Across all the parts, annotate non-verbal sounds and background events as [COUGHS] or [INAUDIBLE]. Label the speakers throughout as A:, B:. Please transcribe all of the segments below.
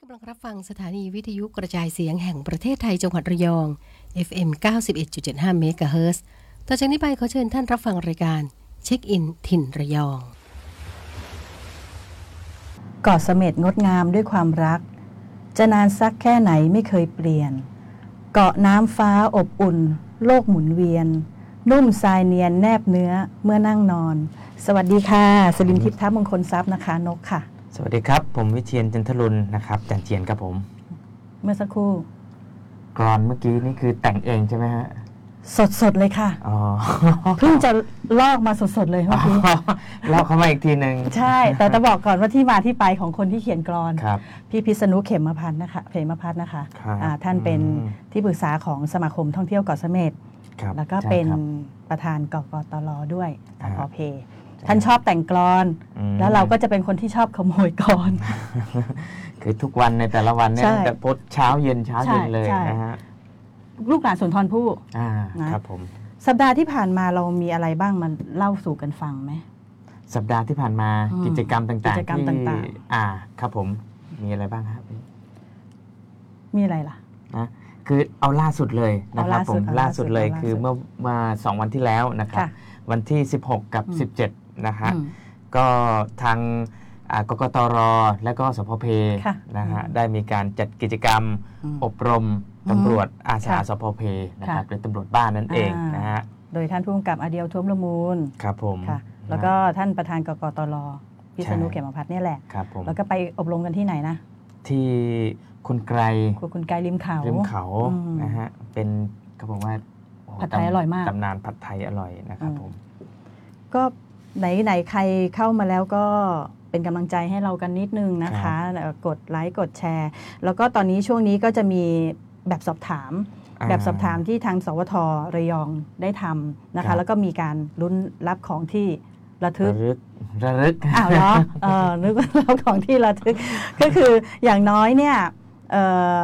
A: กำลังรับฟังสถานีวิทยุกระจายเสียงแห่งประเทศไทยจังหวัดระยอง FM 91.75 เมกะเฮิรตซ์ต่อจากนี้ไปขอเชิญท่านรับฟังรายการเช็คอินถิ่นระยอง
B: เกาะเสม็ดงดงามด้วยความรัก จะนานสักแค่ไหนไม่เคยเปลี่ยน เกาะน้ำฟ้าอบอุ่น โลกหมุนเวียน นุ่มทรายเนียนแนบเนื้อเมื่อนั่งนอน สวัสดีค่ะ สลินทิพย์ทัพมงคลทรัพย์นะคะนกค่ะ
C: สวัสดีครับ ผมวิเชียนจันทรุณนะครับจันเจียนครับผม
B: เมื่อสักครู่
C: กรอนเมื่อกี้นี่คือแต่งเองใช่ไหมฮะ
B: สดๆเลยค่ะ
C: อ๋อ [LAUGHS]
B: เพิ่งจะลอกมาสดๆเลยเมื่อกี้
C: เล่าเข้ามาอีกทีหนึ่ง
B: ใช่ แต่จะบอกก่อนว่าที่มาที่ไปของคนที่เขียนกรอน
C: ครับ
B: พี่พิษณุเข็มพันธ์นะคะเขมพัฒน์นะคะ
C: ครับ
B: อ่าท่านเป็น
C: อืม
B: ที่ปรึกษาของสมาคมท่องเที่ยวเกาะเสม็ด
C: ครับ
B: แล้วก็
C: ใช่
B: เป็น
C: ครับ
B: ประธานกกตลด้วยต
C: อ่า
B: กเพท่านชอบแต่งกลอน
C: ม
B: แล้วเราก็จะเป็นคนที่ชอบขโมยกลอน
C: [LAUGHS]
B: [LAUGHS]
C: คือทุกวันในแต่ละวันเนี่ย
B: ใช่
C: แต่โพสต์เช้าเย็นเช้าเย็น
B: ใช่
C: เลย
B: ใช่
C: นะฮะ
B: ลูกหลานสุนทรภู่
C: อ่า
B: นะ
C: ครับผม
B: สัปดาห์ที่ผ่านมาเรามีอะไรบ้างมันเล่าสู่กันฟังไหม
C: สัปดาห์ที่ผ่านมา
B: อืม
C: กิจกรรมต่าง
B: กิจ
C: ๆ
B: กรรม
C: ที่
B: ต่าง
C: อ่าครับผมมีอะไรบ้างครับพี่
B: มีอะไรล่ะ
C: นะคือเอาล่าสุดเลยนะครับ
B: เอาล่าสุ
C: ผ
B: ด
C: ม
B: เอาล่า
C: ล่า
B: สุ
C: สุ
B: ด
C: ดเลย
B: เอาล่า
C: คือ
B: สุด
C: เมื่อมาสองวันที่แล้วนะครับ
B: ค่ะ
C: วันที่ 16 กับ
B: อืม
C: 17 นะฮะ
B: อืม
C: ก็ทางอ่ากกตร และก็สพเพ
B: ค่ะ
C: นะฮะ
B: อืม
C: ได้มีการจัดกิจกรรม
B: ม
C: อบรม
B: อืม
C: ตำรวจอาสา
B: ค่ะ
C: สพเพนะครับ
B: ค่ะ
C: หรือตำรวจบ้านนั่นเอง
B: อ่าน
C: นะฮะ
B: โดยท่านผู้กำกับอเดียวท้วมละมูล
C: ครับผม
B: ค่ะ
C: นะ
B: แล้วก็ท่านประธานกกตลพิษณุ
C: ใช่
B: เขมพัฒน์เนี่ยแหละ
C: ครับผม
B: แล้วก็ไปอบรมกันที่ไหนนะ
C: ที่คุณไกล
B: ครัวคุณไกายริมเขา
C: ริมเขา
B: อืม
C: นะฮะเป็นเขาบอกว่าโอ้โห
B: ผัดไทย
C: ตำ
B: อร่อยมาก
C: ตำนานผัดไทยอร่อยนะครับ
B: อืม
C: ผม
B: ก็ไหนไหนๆใครเข้ามาแล้วก็เป็นกำลังใจให้เรากันนิดนึงนะ
C: ค
B: คะ
C: รับ
B: เอ่อกดไลค์กดแชร์ แล้วก็ตอนนี้ช่วงนี้ก็จะมีแบบสอบถาม แบบสอบถามที่ทางสวทระยองได้ทำนะ
C: ครั
B: คะ
C: บ
B: แล้วก็มีการลุ้นรับของที่ระทึ
C: ระ
B: ก
C: ลึกระลึก
B: อ้าวเหรอเออนึกว่ารับของที่ระทึก ก็คืออย่างน้อยเนี่ยเอ่อ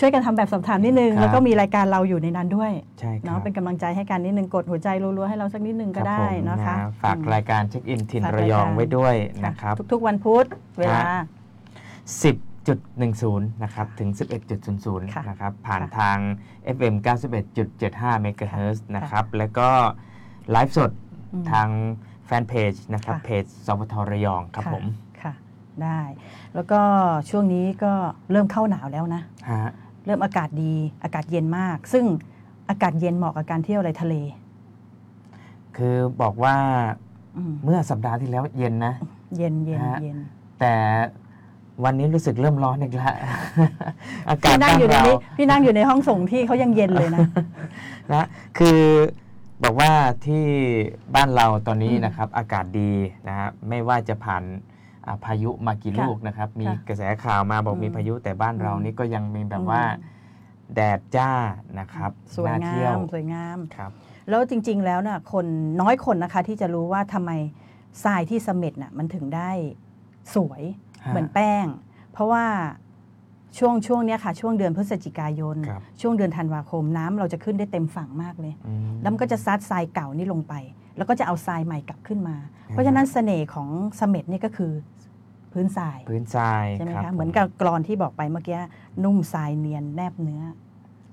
B: ช่วยกันทำแบบสอบถามนิดนึง
C: ครับ
B: แล้วก็มีรายการเราอยู่ในนั้นด้วย
C: ใช่ครับ
B: เนาะเป็นกำลังใจให้กันนิดนึงกดหัวใจรัวๆให้เราสักนิดนึงก็ได้
C: รับผม
B: นะคะ
C: ฮฝาก
B: อืม
C: รายการเช็คอินถิ่น
B: ฝาก
C: ระยอง
B: รายการ
C: ไว้ด้วย
B: ค่ะ
C: นะครับ
B: ทุกๆวันพุธเวลา
C: 10.10 นะครับ ถึง
B: ค่ะ
C: 11.00 นะครับ ผ่าน
B: ค่ะ
C: ทาง FM 91.75 MHz นะครับ แล้วก็ไลฟ์สด
B: อืม
C: ทางแฟนเพจนะครับ
B: ค่ะ
C: เพจสพทระยองครับ
B: ค่ะ
C: ผม
B: ค่ะ ได้ แล้วก็ช่วงนี้ก็เริ่มเข้าหนาวแล้วนะ
C: ฮะ
B: เริ่มอากาศดี อากาศเย็นมาก ซึ่งอากาศเย็นเหมาะกับการเที่ยวอะไรทะเล
C: คือบอกว่า
B: อืม
C: เมื่อสัปดาห์ที่แล้วเย็นนะ
B: เย็นเย็น
C: ฮะ
B: เย็น
C: แต่วันนี้รู้สึกเริ่มร้อนอีกแล้ว อากาศ
B: พี่นั่ง [LAUGHS] อยู่ใน
C: บ้าเรา
B: นี้พี่นั่งอยู่ในห้องส่งที่เขายังเย็นเลยนะ
C: นะคือบอกว่าที่บ้านเราตอนนี้
B: อืม
C: นะครับอากาศดีนะฮะไม่ว่าจะผ่านอ่าพายุมากี่
B: ค่ะ
C: ลูกนะครับ มี
B: ค่ะ
C: กระแสข่าวมาบอก
B: อืม
C: มีพายุแต่บ้านเรา
B: อืม
C: นี่ก็ยังมีแบบว่าแดดจ้านะครับ
B: สวย
C: น่
B: งา
C: เที่ยว
B: มสวยงาม
C: ครับ
B: แล้วจริง ๆ แล้วน่ะคนน้อยคนนะคะที่จะรู้ว่าทำไมทรายที่เสม็ดน่ะมันถึงได้สวย
C: ฮะ
B: เหมือนแป้ง เพราะว่าช่วงช่วงเนี้ยค่ะ ช่วงเดือนพฤศจิกายน
C: ครับ
B: ช่วงเดือนธันวาคมน้ำเราจะขึ้นได้เต็มฝั่งมากเลย
C: อืม
B: แล้วมันก็จะซัดทรายเก่านี่ลงไป แล้วก็จะเอาทรายใหม่กลับขึ้นมา
C: อืม
B: เพราะฉะนั้นเสน่ห์ของเสม็ดนี่ก็คือพื้นทราย
C: พื้นทราย
B: ใช่ไหม
C: รับ
B: คะ
C: ผ
B: เหมือนกับกรอนที่บอกไปเมื่อกี้นุ่มทรายเนียนแนบเนื้อ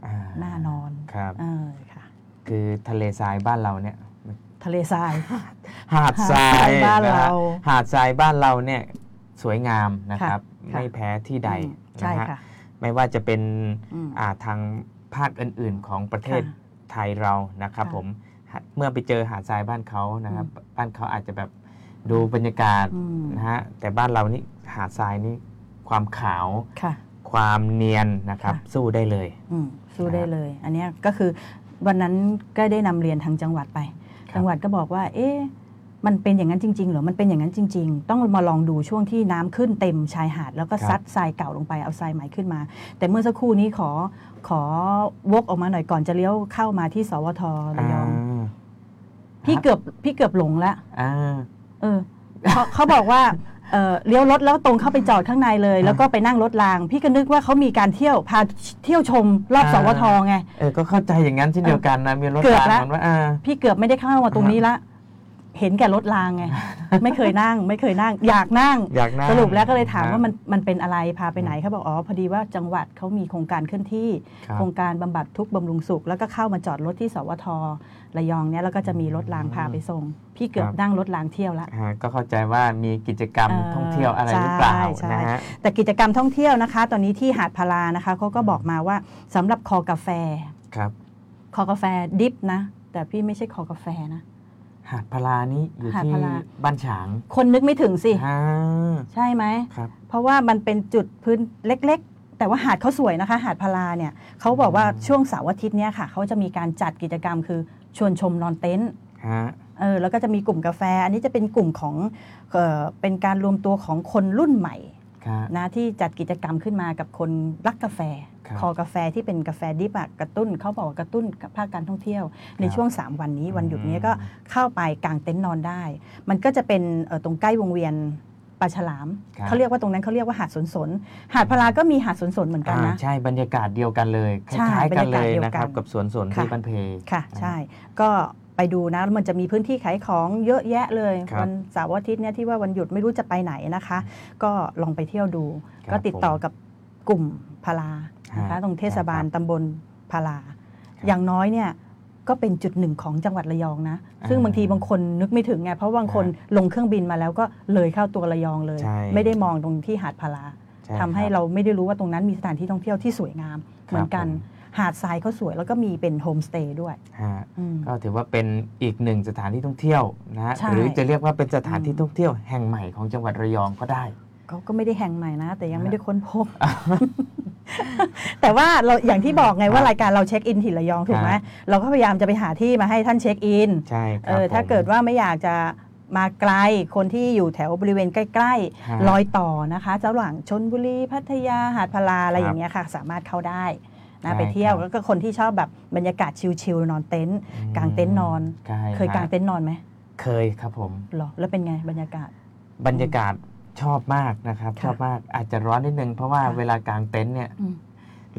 C: อ่
B: น่านอน
C: ครับ
B: เออค่ะ
C: คือทะเลทรายบ้านเราเนี่ย
B: ทะเลทราย
C: หาดทราย
B: หาดทรายบ้านะ
C: ฮะ
B: เรา
C: หาดทรายบ้านเราเนี่ยสวยงามนะครับ
B: ค่ะ
C: ไม่แพ้ที่ใด
B: อืม
C: นะ
B: ใช่
C: ฮะ
B: ค่ะ
C: ไม่ว่าจะเป็น
B: อืม
C: อ่าทางภาคอื่น ๆ ของประเทศ
B: ค่ะ
C: ไทยเรานะครับ
B: ค่ะ
C: ผมหาเมื่อไปเจอหาดทรายบ้านเขานะครับ บ้านเขาอาจจะแบบดูบรรยากาศ
B: อืม
C: นะฮะแต่บ้านเรานี่หาดทรายนี่ความขาว
B: ค่ะ
C: ความเนียนนะครับ
B: ค่ะ
C: สู้ได้เลย
B: อืมสู้ได้
C: นะครับ
B: เลย อันเนี้ยก็คือวันนั้นก็ได้นำเรียนทางจังหวัดไป
C: ครับ
B: จังหวัดก็บอกว่า เอ๊ะมันเป็นอย่างนั้นจริง ๆ เหรอมันเป็นอย่างนั้นจริง ๆ ต้องมาลองดูช่วงที่น้ำขึ้นเต็มชายหาด แล้วก็
C: ครับ
B: ซัดทรายเก่าลงไปเอาทรายใหม่ขึ้นมา แต่เมื่อสักครู่นี้ขอขอวกออกมาหน่อยก่อนจะเลี้ยวเข้ามาที่สวทระยอง
C: า
B: พี่เกือบพี่เกือบหลงละ
C: อ่า
B: เออเขาเขาบอกว่าเออเลี้ยวรถแล้วตรงเข้าไปจอดข้างในเลย แล้วก็ไปนั่งรถราง พี่ก็นึกว่าเขามีการเที่ยวพาเที่ยวชมรอบ
C: อ่า
B: สวทไง
C: เออก็เข้าใจอย่างนั้นเช่นเดียวกันนะมีรถ
B: เกือบ
C: ตาม
B: ละ
C: มันว่าอ่า
B: พี่เกือบไม่ได้เข้ามาตรงนี้ละ เห็นแก่รถรางไง [LAUGHS] ไม่เคยนั่ง ไม่เคยนั่ง อยากนั่ง
C: อยากนั่ง
B: สรุปแล้วก็เลยถามว่ามัน
C: ค
B: มันเป็นอะไรพาไปไหนเขาบอกอ๋อพอดีว่าจังหวัดเขามีโครงการเคลื่อนที่
C: รับ
B: โครงการบำบัดทุกข์บำรุงสุข แล้วก็เข้ามาจอดรถที่สวทระยองเนี่ยแล้วก็จะมีรถรางพาไปส่ง พี่เกือบ
C: ครับ
B: นั่งรถรางเที่ยวละ
C: ฮะก็เข้าใจว่ามีกิจกรรม
B: เอ่อ
C: ท่องเที่ยวอะไรหรือเปล่า
B: ใช่ใช่
C: นะฮะ
B: แต่กิจกรรมท่องเที่ยวนะคะ ตอนนี้ที่หาดพารานะคะเขาก็บอกมาว่าสำหรับคอกาแฟ
C: ครับ
B: คอกาแฟดิฟนะ แต่พี่ไม่ใช่คอกาแฟนะ
C: หาดพลานี้อยู่
B: หาด
C: ที่
B: พลา
C: บ้านฉาง
B: คนนึกไม่ถึงสิ
C: อ่า
B: ใช่ไหม
C: ครับ
B: เพราะว่ามันเป็นจุดพื้นเล็ก ๆ แต่ว่าหาดเขาสวยนะคะ หาดพาราเนี่ยเขาบอกว่า
C: อืม
B: ช่วงเสาร์อาทิตย์เนี่ยค่ะเขาจะมีการจัดกิจกรรมคือชวนชมนอนเต็นท์
C: ฮะ
B: เออแล้วก็จะมีกลุ่มกาแฟ อันนี้จะเป็นกลุ่มของเออเป็นการรวมตัวของคนรุ่นใหม่
C: ครับ
B: นะที่จัดกิจกรรมขึ้นมากับคนรักกาแฟ
C: ครับ
B: คอกาแฟที่เป็นกาแฟดิบอะกระตุ้นเขาบอกว่ากระตุ้นกับภาคการท่องเที่ยว ในช่วง 3 วันนี้วันหยุดเนี้ยก็เข้าไปกางเต็นท์นอนได้ มันก็จะเป็นเอ่อตรงใกล้วงเวียนปลาฉลาม
C: ครับ
B: เขาเรียกว่าตรงนั้นเขาเรียกว่าหาดสนสน หาดพลาก็มีหาดสนสนเหมือนกัน
C: อ่า
B: นะ
C: ใช่บรรยากาศเดียวกันเลยค
B: ใช่
C: ล้ายๆกันเลย
B: บรรยากาศเดียวกัน
C: นะครับ กับสวนสน
B: ค่ะ
C: ที่บ้านเพ
B: ค่ะ ใช่ ก็ไปดูนะแล้วมันจะมีพื้นที่ขายของเยอะแยะเลย
C: ครับ
B: วันเสาร์อาทิตย์เนี่ยที่ว่าวันหยุดไม่รู้จะไปไหนนะคะ ก็ลองไปเที่ยวดู
C: ครับ
B: ก็ติดต่อกับกลุ่มพลานะ
C: ครั
B: คะ
C: บ
B: ตรงเทศบาลตำบลพลา
C: บ
B: อย่างน้อยเนี่ยก็เป็นจุดหนึ่งของจังหวัดระยองนะ ซึ่ง
C: อ่า
B: บางทีบางคนนึกไม่ถึงไงเพราะบางคนลงเครื่องบินมาแล้วก็เลยเข้าตัวระยองเลย
C: ใช่
B: ไม่ได้มองตรงที่หาดพลา
C: ใช่
B: ทำให้
C: คบ
B: เราไม่ได้รู้ว่าตรงนั้นมีสถานที่ท่องเที่ยวที่สวยงาม
C: ครับ
B: เหมือนกัน หาดทรายเขาสวยแล้วก็มีเป็นโฮมสเตย์ด้วย
C: ฮะ
B: อืม
C: ก็ถือว่าเป็นอีกหนึ่งสถานที่ท่องเที่ยวนะฮะ
B: ใช่
C: หรือจะเรียกว่าเป็นสถานที่ท่องเที่ยวแห่งใหม่ของจังหวัดระยองก็ได้
B: เขาก็ไม่ได้แห่งใหม่นะ แต่ยังไม่ได้ค้นพบ [LAUGHS] แต่ว่าเราอย่างที่บอกไงว่า
C: ครับ
B: รายการเราเช็คอินถิ่นระยองถูกไหม
C: ครับ
B: เราก็พยายามจะไปหาที่มาให้ท่านเช็คอิน
C: ใช่ค
B: เอ
C: รับ
B: อถ้า
C: ผม
B: เกิดว่าไม่อยากจะมาไกลคนที่อยู่แถวบริเวณใกล้
C: ฮะ
B: ๆ รอยต่อนะคะเจ้าหลังชนบุรีพัทยาหาดพลาอะไรอย่างเงี้ยค่ะ สามารถเข้าได้นะไปเที่ยวแล้วก็คนที่ชอบแบบบรรยากาศชิลๆนอนเต็นท์
C: อืม
B: กางเต็นท์นอน
C: ใช่
B: เคย
C: ฮะ
B: กางเต็นท์นอนไหม
C: เคยครับผม
B: หรอ แล้วเป็นไงบรรยากาศ
C: บรรยากาศชอบมากนะครับ
B: ค่ะ
C: ชอบมากอาจจะร้อนนิดนึง เพราะว่า
B: ค่ะ
C: เวลากางเต็นท์เนี่ย
B: อืม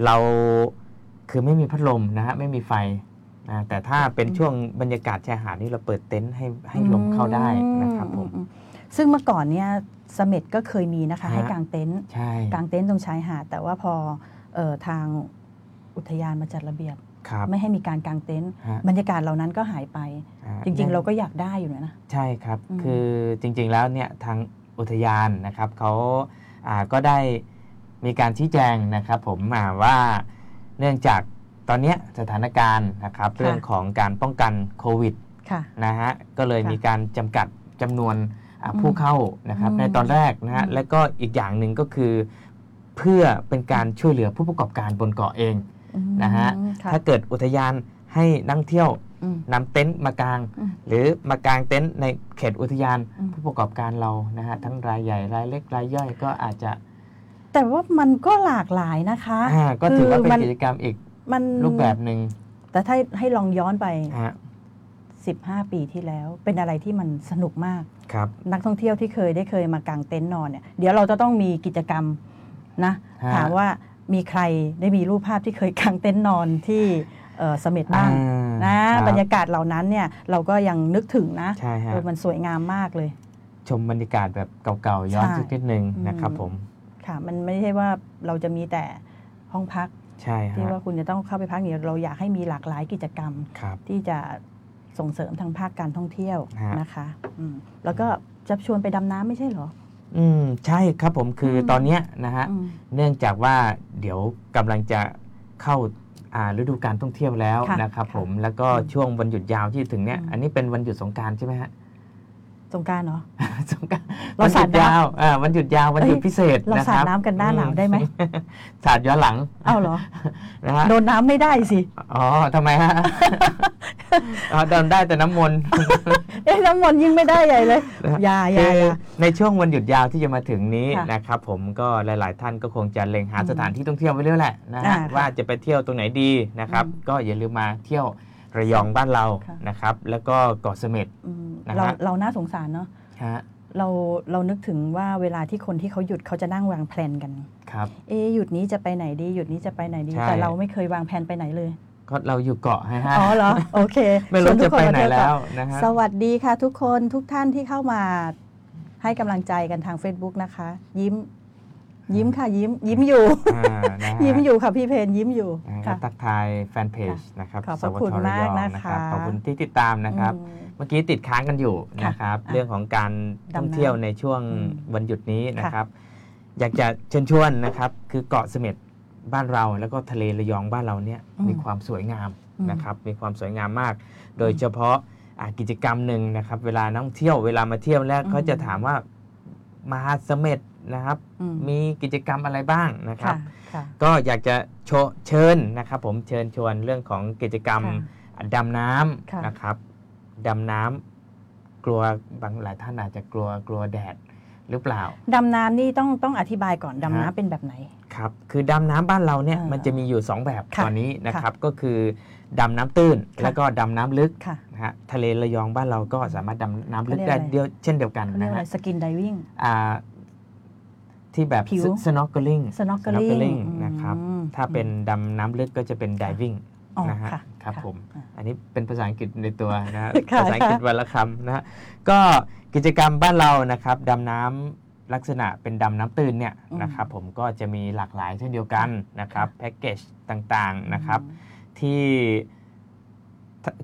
C: เราคือไม่มีพัดลมนะฮะไม่มีไฟนะแต่ถ้าเป็นช่วงบรรยากาศชายหาดนี่เราเปิดเต็นท์ให้ให้ลมเข้าได้นะครับผม
B: อือืซึ่งเมื่อก่อนเนี่ยเสเม็ดก็เคยมีนะคะ
C: ฮะ
B: ให้กางเต็นท์
C: ใช่
B: กางเต็นท์ตรงชายหาดแต่ว่าพอเอ่อทางอุทยานมาจัดระเบียบ
C: ครับ
B: ไม่ให้มีการกางเต็นท์
C: ฮะ
B: บรรยากาศเหล่านั้นก็หายไป
C: อ่
B: จริง ๆ เราก็อยากได้อยู่นะ
C: ใช่ครับ
B: อืม
C: คือจริง ๆแล้วเนี่ยทางอุทยานนะครับเขาอ่าก็ได้มีการชี้แจงนะครับ ผมอ่าว่าเนื่องจากตอนเนี้ยสถานการณ์นะครับ
B: ค่ะ
C: เรื่องของการป้องกันโควิด
B: ค่ะ
C: นะฮะก็เลย
B: ค่ะ
C: มีการจำกัดจำนวนอ่ะ
B: อืม
C: ผู้เข้านะครับ
B: อืม
C: ในตอนแรกนะฮะ
B: อืม
C: และก็อีกอย่างหนึ่งก็คือ เพื่อเป็นการช่วยเหลือผู้ประกอบการบนเกาะเอง
B: อืม
C: นะฮะ
B: ค่ะ
C: ถ้าเกิดอุทยานให้นักเที่ยว
B: อืม
C: นำเต็นท์มากาง
B: อืม
C: หรือมากางเต็นท์ในเขตอุทยาน
B: อืม
C: ผู้ประกอบการเรานะฮะทั้งรายใหญ่รายเล็กรายย่อยก็อาจจะ
B: แต่ว่ามันก็หลากหลายนะคะ
C: อ่าก็ถือว่าเป็น
B: คืมั
C: กิจกรรมอีก
B: มัน
C: รูปแบบหนึ่ง
B: แต่ถ้าให้ลองย้อนไป
C: ฮะ
B: 15 ปีที่แล้ว เป็นอะไรที่มันสนุกมาก
C: ครับ
B: นักท่องเที่ยวที่เคยได้เคยมากางเต็นท์นอนเนี่ยเดี๋ยวเราจะต้องมีกิจกรรมนะ
C: ฮะ
B: ถามว่ามีใครได้มีรูปภาพที่เคยกางเต็นท์นอนที่เอ่อเสม็ดบ้าง
C: อ่า
B: นะครับ บรรยากาศเหล่านั้นเนี่ยเราก็ยังนึกถึงนะ
C: ใช่ฮะ
B: เออมันสวยงามมากเลย
C: ชมบรรยากาศแบบเก่าๆ ย้อน
B: ใช่
C: สักนิดนึงนะครับ
B: อืม
C: ผม
B: ค่ะ มันไม่ใช่ว่าเราจะมีแต่ห้องพัก
C: ใช่ฮะ
B: ที่ว่าคุณจะต้องเข้าไปพักเนี่ยเราอยากให้มีหลากหลายกิจกรรม
C: ครับ
B: ที่จะส่งเสริมทางภาคการท่องเที่ยว
C: ฮะ
B: นะคะอืมแล้วก็จะชวนไปดำน้ำไม่ใช่เหรอ
C: อืมใช่ครับผมคืออ
B: ม
C: ตอนเนี้ยนะฮะ
B: อืม
C: เนื่องจากว่าเดี๋ยวกำลังจะเข้าอ่าฤดูการท่องเที่ยวแล้ว
B: ค่ะ
C: นะครับ
B: ค่ะ
C: ผมแล้วก็
B: อืม
C: ช่วงวันหยุดยาวที่ถึงเนี้ย
B: อืม
C: อันนี้เป็นวันหยุดสงกรารใช่ไหมฮะ [LAUGHS]
B: สงกรารเหรอ
C: สงกราร
B: เรา
C: วันห
B: สา
C: ยุ
B: ด
C: ด
B: น้ำ
C: ยาวอ่าวันหยุดยาววันหยุด
B: เอ้ย
C: พิเศษ
B: เรา
C: นะ
B: สา
C: ค
B: ด
C: รับ
B: น้ำกันหน้าหนาวได้ไหม
C: [LAUGHS] สาดย้อนหลัง
B: เอ้าเหรอ
C: นะฮะ
B: โดนน้ำไม่ได้สิ
C: อ๋อทำไม
B: [LAUGHS]
C: ฮะ อ๋อโดนได้แต่น้ำมนต์
B: เอ้ยน้ำมนต์ยิ่งไม่ได้ใหญ่เลย
C: นะฮะ
B: อยาอยา
C: คือ
B: อยา
C: ในช่วงวันหยุดยาวที่จะมาถึงนี้
B: ค่ะ
C: นะครับผมก็หลาย ๆ ท่านก็คงจะเล็งหา
B: อืม
C: สถานที่ท่องเที่ยวไว้เรื่อยแหละนะ
B: อ่า
C: ฮะ
B: ค่ะ
C: ว่าจะไปเที่ยวตรงไหนดีนะครับ
B: อืม
C: ก็อย่าลืมมาเที่ยวระยองบ้านเรา
B: ค่ะ
C: นะครับแล้วก็เกาะเสม็ด
B: อืม
C: นะฮะ
B: เราเราน่าสงสารเนาะ
C: ฮะ
B: เราเรานึกถึงว่าเวลาที่คนที่เขาหยุดเขาจะนั่งวางแผนกัน
C: ครับ
B: เอะหยุดนี้จะไปไหนดี หยุดนี้จะไปไหนดี
C: ใช่
B: แต่เราไม่เคยวางแผนไปไหนเลย
C: ก็เราอยู่เกาะฮะ
B: อ๋อเหรอ โอเค
C: [LAUGHS] ไม่รู้
B: ชวนทุ
C: จะ
B: กค
C: ไป
B: มา
C: ไหน
B: เที่ย
C: แล้ว
B: เกาะ
C: นะฮะ
B: สวัสดีค่ะทุกคนทุกท่านที่เข้ามา ให้กำลังใจกันทาง Facebook นะคะ ยิ้ม ยิ้มค่ะ ยิ้ม ยิ้มอยู่
C: อ่านะฮะ
B: ยิ้มอยู่ค่ะพี่เพนยิ้มอยู่
C: นะก็
B: ค่ะ
C: ทักทายแฟนเพจนะครับ
B: ขอบพระ
C: สวท
B: คุณมาก
C: รยอง
B: นะคะ
C: ขอบคุณที่ติดตามนะครับ
B: อืม
C: เมื่อกี้ติดค้างกันอยู่
B: ค่ะ
C: นะครับ
B: อ่ะ
C: เรื่องของการท่องเที่ยวในช่วง
B: อืม
C: วันหยุดนี้นะ
B: ค่ะ
C: ครับ อยากจะเชิญชวนนะครับ คือเกาะเสม็ดบ้านเรา แล้วก็ทะเลระยองบ้านเราเนี่ยมีความสวยงามนะครับ มีความสวยงามมาก โดยเฉพาะอ่ะกิจกรรมหนึ่งนะครับ เวลานักท่องเที่ยวเวลามาเที่ยวแล้วเขาจะถามว่ามาเสม็ดนะครับ
B: อืม
C: มีกิจกรรมอะไรบ้างนะครับ
B: ค่ะค่ะ
C: ก็อยากจะโชว์เชิญนะครับ ผมเชิญชวนเรื่องของกิจกรรมดำน้
B: ค่ะ
C: ำนะครับดำน้ำกลัวบางหลายท่านอาจจะกลัวกลัวแดดหรือเปล่า
B: ดำน้ำนี่ต้องต้องอธิบายก่อนดำ
C: ฮะ
B: น้ำเป็นแบบไหน
C: ครับคือดำน้ำบ้านเราเนี่ย
B: เออ
C: มันจะมีอยู่ 2 แบบ
B: ค่ะ
C: ตอนนี้นะ
B: ค่ะ
C: ครับก็คือดำน้ำตื้น
B: ค่ะ
C: แล้วก็ดำน้ำลึก
B: ค่ะ
C: นะฮะทะเลระยองบ้านเราก็สามารถดำน้ำลึกได้
B: เขาเรียกอะไร
C: เดียวเช่นเดียวกัน
B: เขาเรียก
C: นะ
B: อะไร
C: ฮะ
B: สกินไดวิ่ง
C: อ่าที่แบบ
B: ผิว
C: snorkeling
B: สโนว์เกล
C: snorkeling
B: ิ่ง
C: นะครับ ถ้าเป็นดำน้ำลึกก็จะเป็น diving นะฮะครับผม อันนี้เป็นภาษาอังกฤษในตัวนะฮะ
B: ค่ะ
C: ภาษาอังกฤษวันละคำนะฮะก็กิจกรรมบ้านเรานะครับดำน้ำลักษณะเป็นดำน้ำตื้นเนี่ย
B: อืม
C: นะครับผมก็จะมีหลากหลายเช่นเดียวกันนะครับ
B: ค่ะ
C: แพ็กเกจต่างๆนะครับ ที่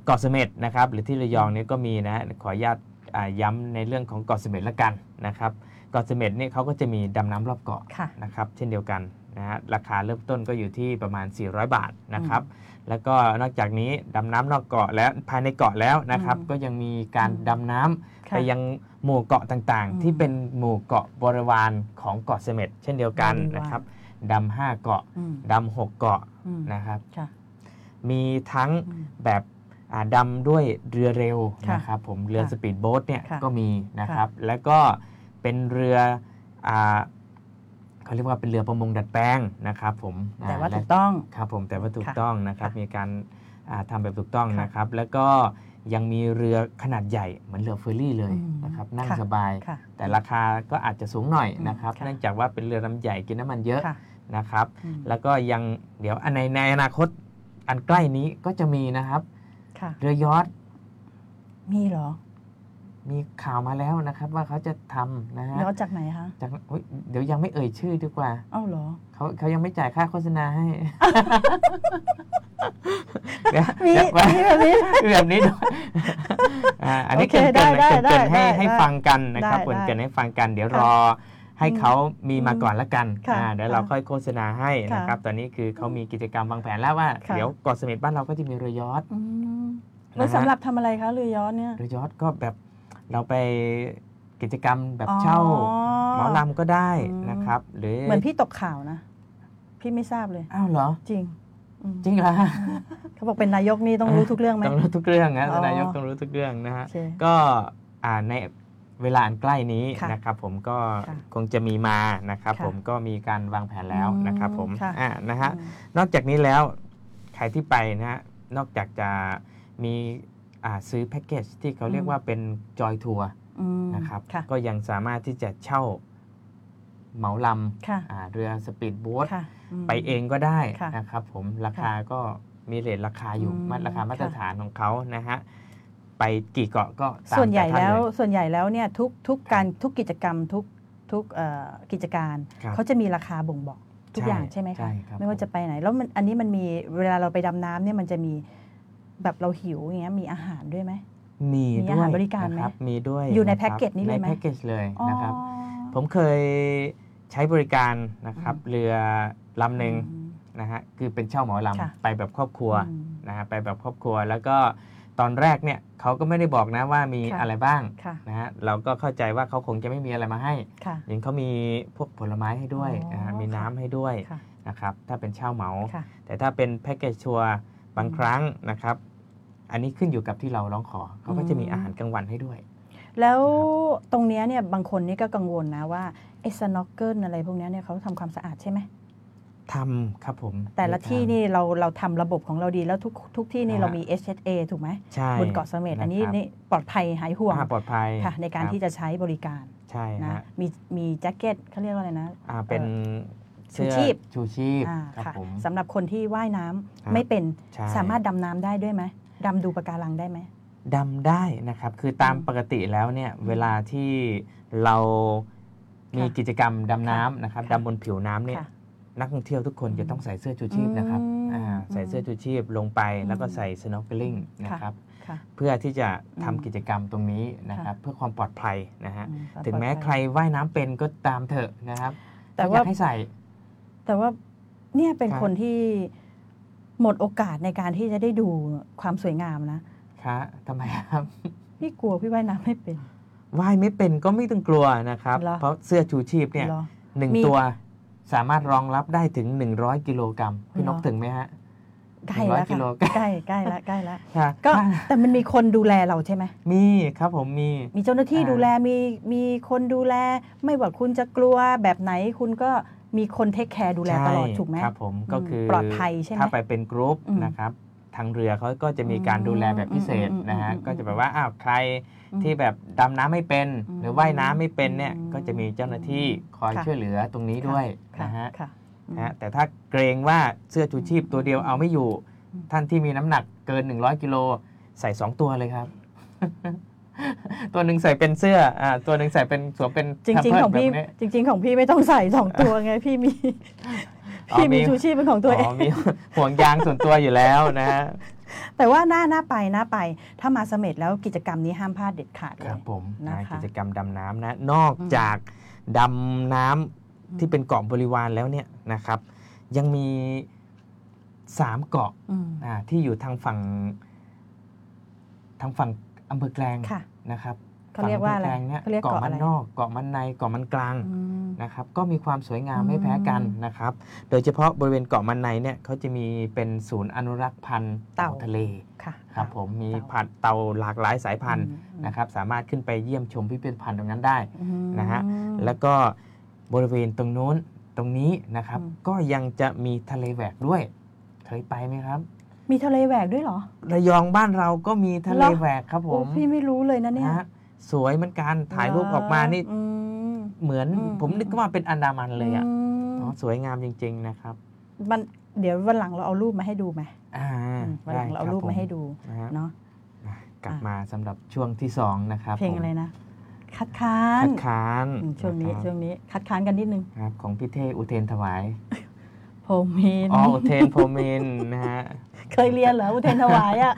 C: เกาะเสม็ดนะครับ หรือที่ระยองเนี่ยก็มีนะขออนุญาตอ่าย้ำในเรื่องของเกาะเสม็ดละกันนะครับเกาะเสม็ดเนี่ยเขาก็จะมีดำน้ำรอบเกาะ
B: ค่ะ
C: นะครับเช่นเดียวกันนะฮะราคาเริ่มต้นก็อยู่ที่ประมาณ 400 บาทนะครับ แล้วก็นอกจากนี้ดำน้ำนอกเกาะแล้วภายในเกาะแล้วนะครับ
B: อืม
C: ก็ยังมีการ
B: อืม
C: ดำน้ำไปยังหมู่เกาะต่าง
B: อืม
C: ๆ ที่เป็นหมู่เกาะบริวารของเกาะเสม็ดเช่นเดียวกัน
B: บริวาร
C: นะครับดำห้าเกาะ
B: อืม
C: ดำหกเกาะ
B: อืม
C: นะครับ
B: ค่ะ
C: มีทั้ง
B: อืม
C: แบบอ่าดำด้วยเรือเร็ว
B: ค่ะ
C: นะครับผมเรือ
B: ค่ะ
C: สปีดโบ๊ทเนี่ย
B: ค่ะ
C: ก็มีนะครับ แล้วก็เป็นเรืออาเขาเรียกว่าเป็นเรือประมงดัดแปลงนะครับผมอ่
B: แต่ว่า
C: และ
B: ถูกต้อง
C: ครับผมแต่ว่าถูก
B: ค่ะ
C: ต้องนะครับ
B: ค่ะ
C: มีการอ่าทำาแบบถูกต้อง
B: ค่ะ
C: นะครับ แล้วก็ยังมีเรือขนาดใหญ่เหมือนเรือเฟอร์รี่เลย
B: อืม
C: นะครับนั่ง
B: ค่ะ
C: สบาย
B: ค่ะ
C: แต่ราคาก็อาจจะสูงหน่อยนะครับ
B: อืมค่ะ
C: เนื่องจากว่าเป็นเรือลำใหญ่กินน้ำมันเยอะ
B: ค่ะ
C: นะครับ
B: อืม
C: แล้วก็ยังเดี๋ยวอันในในอนาคตอันใกล้นี้ก็จะมีนะครับ
B: ค่ะ
C: เรือยอท
B: มีเหรอ
C: มีข่าวมาแล้วนะครับ ว่าเขาจะทำนะฮะ
B: ย้อนจากไหนคะ
C: จากอุ๊ยเดี๋ยวยังไม่เอ่ยชื่อดีกว่า
B: เอ้าเหรอ
C: เขาเขายังไม่จ่ายค่าโฆษณา
B: [LAUGHS]
C: ให้ เดี๋ยว
B: มี
C: เดี๋ยว
B: มีแบบ
C: [LAUGHS]
B: นี้
C: แบบนี้ด้วยอ่าอันนี้
B: โอ
C: เก
B: เค
C: รินๆนะ
B: ได้
C: เกรินๆ
B: ได้
C: ให้
B: ได้
C: ให้ฟังกันนะครับ
B: ได้
C: เกริน
B: ได้
C: เกรินๆให้ฟังกัน เดี๋ยว
B: ค่ะ
C: รอให้เขามีมาก่อนละกัน
B: ค่ะ
C: อ่าเดี๋ยวเรา
B: ค่ะ
C: ค่อยโฆษณาให้นะ
B: ค่ะ
C: ครับ ตอนนี้คือเขามีกิจกรรมวางแผนแล้วว่า
B: ค่ะ
C: เดี๋ยวเกาะเสม็ดบ้านเราก็จะมีเรือยอท
B: อืมแล้ว
C: นะฮะ
B: สำหรับทำอะไรคะเรือย้อนเนี่ย
C: เรือยอทก็แบบเราไปกิจกรรมแบบเช่า
B: อ๋อ
C: หมอลำก็ได้
B: อืม
C: นะครับ หรือ
B: เหมือนพี่ตกข่าวนะ พี่ไม่ทราบเลย
C: อ้าวเหรอ
B: จริงอืม
C: จริงเหรอฮะ
B: [LAUGHS] เขาบอกเป็นนายกนี่ต้องรู้ทุกเรื่องไหม
C: ต้องรู้ทุกเรื่องนะ
B: อ๋อ
C: นายกต้องรู้ทุกเรื่องนะฮะ
B: โอเค
C: ก็อ่าในเวลาอันใกล้นี้
B: ค่ะ
C: นะครับ ผมก็
B: ค่ะ
C: คงจะมีมานะครับ
B: ค่ะ
C: ผมก็มีการวางแผนแล้วนะครับผม
B: อืมค่ะ
C: อ่านะฮะ นอกจากนี้แล้วใครที่ไปนะฮะนอกจากจะมีอ่าซื้อแพ็กเกจที่เขาเรียกว่าเป็นจอยทัวร์
B: อืม
C: นะครับ
B: ค่ะ
C: ก็ยังสามารถที่จะเช่าเหมาล
B: ค่ะ
C: ำอ่าเรือสปีดโบ๊ท
B: ค่ะม
C: ไปเองก็ได้
B: ค่ะ
C: นะครับผมราคาก็มีเรทราคาอยู่
B: อืม
C: มาตรราคามาตร
B: ค่ะ
C: ฐานของเขานะฮะไปกี่เกาะก็ตาม
B: ส่วนใหญ่
C: ต่ท่า
B: แล้ว
C: เย
B: ส่วนใหญ่แล้วเนี่ยทุกทุกการทุกกิจกรรมทุกทุกเอ่อกิจการ
C: ครับ
B: เขาจะมีราคาบ่งบอกทุก
C: ใช่
B: อย่างใช่ไหม
C: ใช่
B: คะ
C: ครับ
B: ไม่ว่า
C: ผม
B: จะไปไหน แล้วมันอันนี้มันมีเวลาเราไปดำน้ำเนี่ยมันจะมีแบบเราหิวอย่างเงี้ยมีอาหารด้วยไหม
C: มี
B: มีอา
C: ด้ว
B: หาย รบริการ
C: นะคบ
B: ไหม
C: มีด้วย
B: อยู่ในะครับ แพ็กเกจนี้เลยไหม
C: ในแพ็กเกจเลยนะครับ
B: อ๋อ
C: ผมเคยใช้บริการนะครับ
B: อืม
C: เรือลำหนึ่งนะฮะคือเป็นเช่าเหมา
B: ค่ะ
C: ลำไปแบบครอบครัว
B: อืม
C: นะฮะไปแบบครอบครัวแล้วก็ตอนแรกเนี่ยเขาก็ไม่ได้บอกนะว่ามี
B: ค่ะ
C: อะไรบ้าง
B: ค่ะ
C: นะฮะเราก็เข้าใจว่าเขาคงจะไม่มีอะไรมาให้
B: ค่ะ
C: ยิงเขามีพวกผลไม้ให้ด้วย
B: อ๋อ
C: นะฮะมี
B: ค่ะ
C: น้ำให้ด้วย
B: ค่ะ
C: นะครับถ้าเป็นเช่าเหมา
B: ค่ะ
C: แต่ถ้าเป็นแพ็กเกจชัวร์บาง
B: อืม
C: ครั้งนะครับ อันนี้ขึ้นอยู่กับที่เราร้องขอเขาก็จะมี
B: อืม
C: อาหารกลางวันให้ด้วย
B: แล้วตรงเนี้ยเนี่ยบางคนนี่ก็กังวลนะว่าไอ้สโนว์เกิลอะไรพวกเนี้ยเนี่ยเขาทำความสะอาดใช่ไหม
C: ทำครับผม
B: แต่ละที่
C: ใ
B: นี่เราเราทำระบบของเราดีแล้วทุกทุกที่นี่
C: นะฮะ
B: เรามี HSA ถูกไหม
C: ใช่
B: บนเกาะเสม็ดอันนี้
C: ะครับ
B: นี่ปลอดภัยหายห่วง
C: อ่าปลอดภัย
B: ค่ะในการที่จะใช้บริการ
C: ใช่
B: นะ
C: ฮะ
B: มีมีแจ็คเก็ตเขาเรียกว่าอะไรนะ
C: อ่าเป็น
B: ชู
C: เสื้อ
B: ชีพ
C: ชูชีพ
B: อ่า
C: ครับ
B: ค่ะ
C: ผม
B: สำหรับคนที่ว่ายน้ำ
C: ครับ
B: ไม่เป็น
C: ใช่
B: สามารถดำน้ำได้ด้วยไหมดำดูปะการังได้ไหม
C: ดำได้นะครับ คือตาม
B: อืม
C: ปกติแล้วเนี่ยเวลาที่เรามี
B: ค่ะ
C: กิจกรรมดำน้ำนะครับ
B: ค่ะ
C: ดำบนผิวน้ำเนี่ย
B: ค่ะ
C: นักท่องเที่ยวทุกคนจะต้องใส่เสื้อชูชีพนะครับ
B: อืม
C: อ่าใส่เสื้อชูชีพลงไปแล้วก็ใส่ snorkeling
B: ค่ะ
C: นะครับ
B: ค่ะ
C: เพื่อที่จะทำ
B: อืม
C: กิจกรรมตรงนี้นะครับ เพื่อความปลอดภัยนะฮะ
B: อืม
C: ถึงแม้
B: ปลอดภัย
C: ใครว่ายน้ำเป็นก็ตามเถอะนะครับ
B: แต่
C: อย
B: ว่า
C: กให้ใส่
B: แต่ว่าเนี่ยเป็น
C: ครับ
B: คนที่หมดโอกาสในการที่จะได้ดูความสวยงามนะ
C: คะทำไมครับ
B: พี่กลัวพี่ว่ายน้ำไม่เป็น
C: ว่ายไม่เป็นก็ไม่ต้องกลัวนะครับ
B: เหรอ
C: เพราะเสื้อชูชีพเนี่ย
B: หรอ
C: หนึ่ง
B: มี
C: ตัวสามารถรองรับได้ถึง 100 กิโลกรัมพี่
B: เห
C: น
B: รอ
C: กถึงไหมฮะ
B: ใกล้แล้ว
C: กิโล
B: ค่ะใกล้ใกล้ละใกล้
C: [LAUGHS]
B: ละ
C: ค่ะ
B: ก็แต่มันมีคนดูแลเราใช่ไหม
C: มีครับผมมี
B: มีเจ้าหน้าที่
C: อ่า
B: ดูแลมีมีคนดูแล ไม่ว่าคุณจะกลัวแบบไหนคุณก็มีคนเทคแคร์ดูแลตลอด
C: ใช่
B: ถูกไหม
C: ครับผมก็คือ
B: ปลอดภัยใช่ไหม
C: ถ้าไปเป็นกรุ๊ป
B: อืม
C: นะครับทางเรือเขาก็จะมีการดูแลแบบพิเศษ
B: อืมอืม
C: นะฮะ
B: อืม
C: ก็จะแบบว่าอ้าวใคร
B: อืม
C: ที่แบบดำน้ำไม่เป็น
B: อืม
C: หรือว่ายน้ำไม่เป็นเนี่ย
B: อืม
C: ก็จะมีเจ้าหน้าที่คอย
B: ค่ะ
C: ช่วยเหลือตรงนี้ด้วยนะฮะ
B: ค่ะอืม
C: นะฮะแต่ถ้าเกรงว่าเสื้อชูชีพตัวเดียวเอาไม่อยู่
B: อืม
C: ท่านที่มีน้ำหนักเกิน 100กิโลใส่ 2 ตัวเลยครับ [LAUGHS] ตัวหนึ่งใส่เป็นเสื้ออ่าตัวหนึ่งใส่เป็นสวมเป็น
B: จริงๆ
C: แพมเพิ
B: ข
C: ร์ส
B: องพี่
C: แบบนี้
B: จริง ๆ ของพี่ไม่ต้องใส่สองตัวไงพี่มี
C: อ๋อ
B: พี่
C: มี
B: มีชูชีพเป็นของตัวเอง
C: อ๋อมีห่วงยางส่วนตัวอยู่แล้วนะฮะ
B: แต่ว่าน่าน่าไปน่าไป ถ้ามาเสม็ดแล้วกิจกรรมนี้ห้ามพลาดเด็ดขาดเล
C: ค
B: ย
C: รับผมนะ
B: นะคะ
C: กิจกรรมดำน้ำนะ นอกจากดำน้ำที่เป็นเกาะบริวารแล้วเนี่ยนะครับ ยังมี 3 เกาะ
B: อืม
C: อ่าที่อยู่ทางฝั่ง ทางฝั่งอำเภอแกลง
B: ค่ะ
C: นะครับ
B: เขาเรียกว่าอะไร
C: ฝั่งำภแกลงเนี่ย
B: เขาเรียก
C: เกาะ
B: เกาะ
C: มั
B: อะ
C: น
B: ไร
C: นอกเกาะมันในเกาะมันกลาง
B: อืม
C: นะครับก็มีความสวยงาม
B: อืม
C: ไม่แพ้กันนะครับ โดยเฉพาะบริเวณเกาะมันในเนี่ยเขาจะมีเป็นศูนย์อนุรักษ์พันธุ์เต่าทะเล
B: ค่ะ
C: ครับผมมี
B: เต่า
C: ผัดเต่าหลากหลายสายพันธุ์
B: อืม
C: นะครับสามารถขึ้นไปเยี่ยมชมพิพิธภัณฑ์ตรงนั้นได้
B: อืม
C: นะฮะ แล้วก็บริเวณตรงโน้นตรงนี้นะครับ
B: อืม
C: ก็ยังจะมีทะเลแหวกด้วยเคยไปไหมครับ
B: มีทะเลแหวกด้วยเหรอ
C: ระยองบ้านเราก็มีทะเล
B: เหรอ
C: แหวกครับผ
B: โอ้
C: ม
B: พี่ไม่รู้เลยนะเนี่ย
C: นะฮะสวยเหมือนกันถ่ายรูปออกมานี่
B: อืม
C: เหมือน
B: อืม
C: ผมนึกว่าเป็นอันดามันเลยอะ
B: ม
C: อ๋อสวยงามจริง ๆ นะครับ
B: มันเดี๋ยววันหลังเราเอารูปมาให้ดูไหม
C: อ่า
B: อืมวันหลังเราเอารูปมาให้ดู
C: นะฮะ
B: เนาะ
C: อ่ะกลับ
B: อ่ะ
C: มาสำหรับช่วงที่ 2 นะครับ
B: เพลง
C: ผม
B: อะไรนะ คัดค้า
C: คั
B: น
C: ดค้าน
B: อืมช่วงนี้
C: ะครับ
B: ช่วงนี้คัดค้านกันนิดนึง
C: ครับของพี่เทอุเทนถวาย
B: ผมมีน
C: อ๋อ อุเทนโพมินนะฮะ
B: เคยเรียนเหรออุเทรนถวายอ่ะ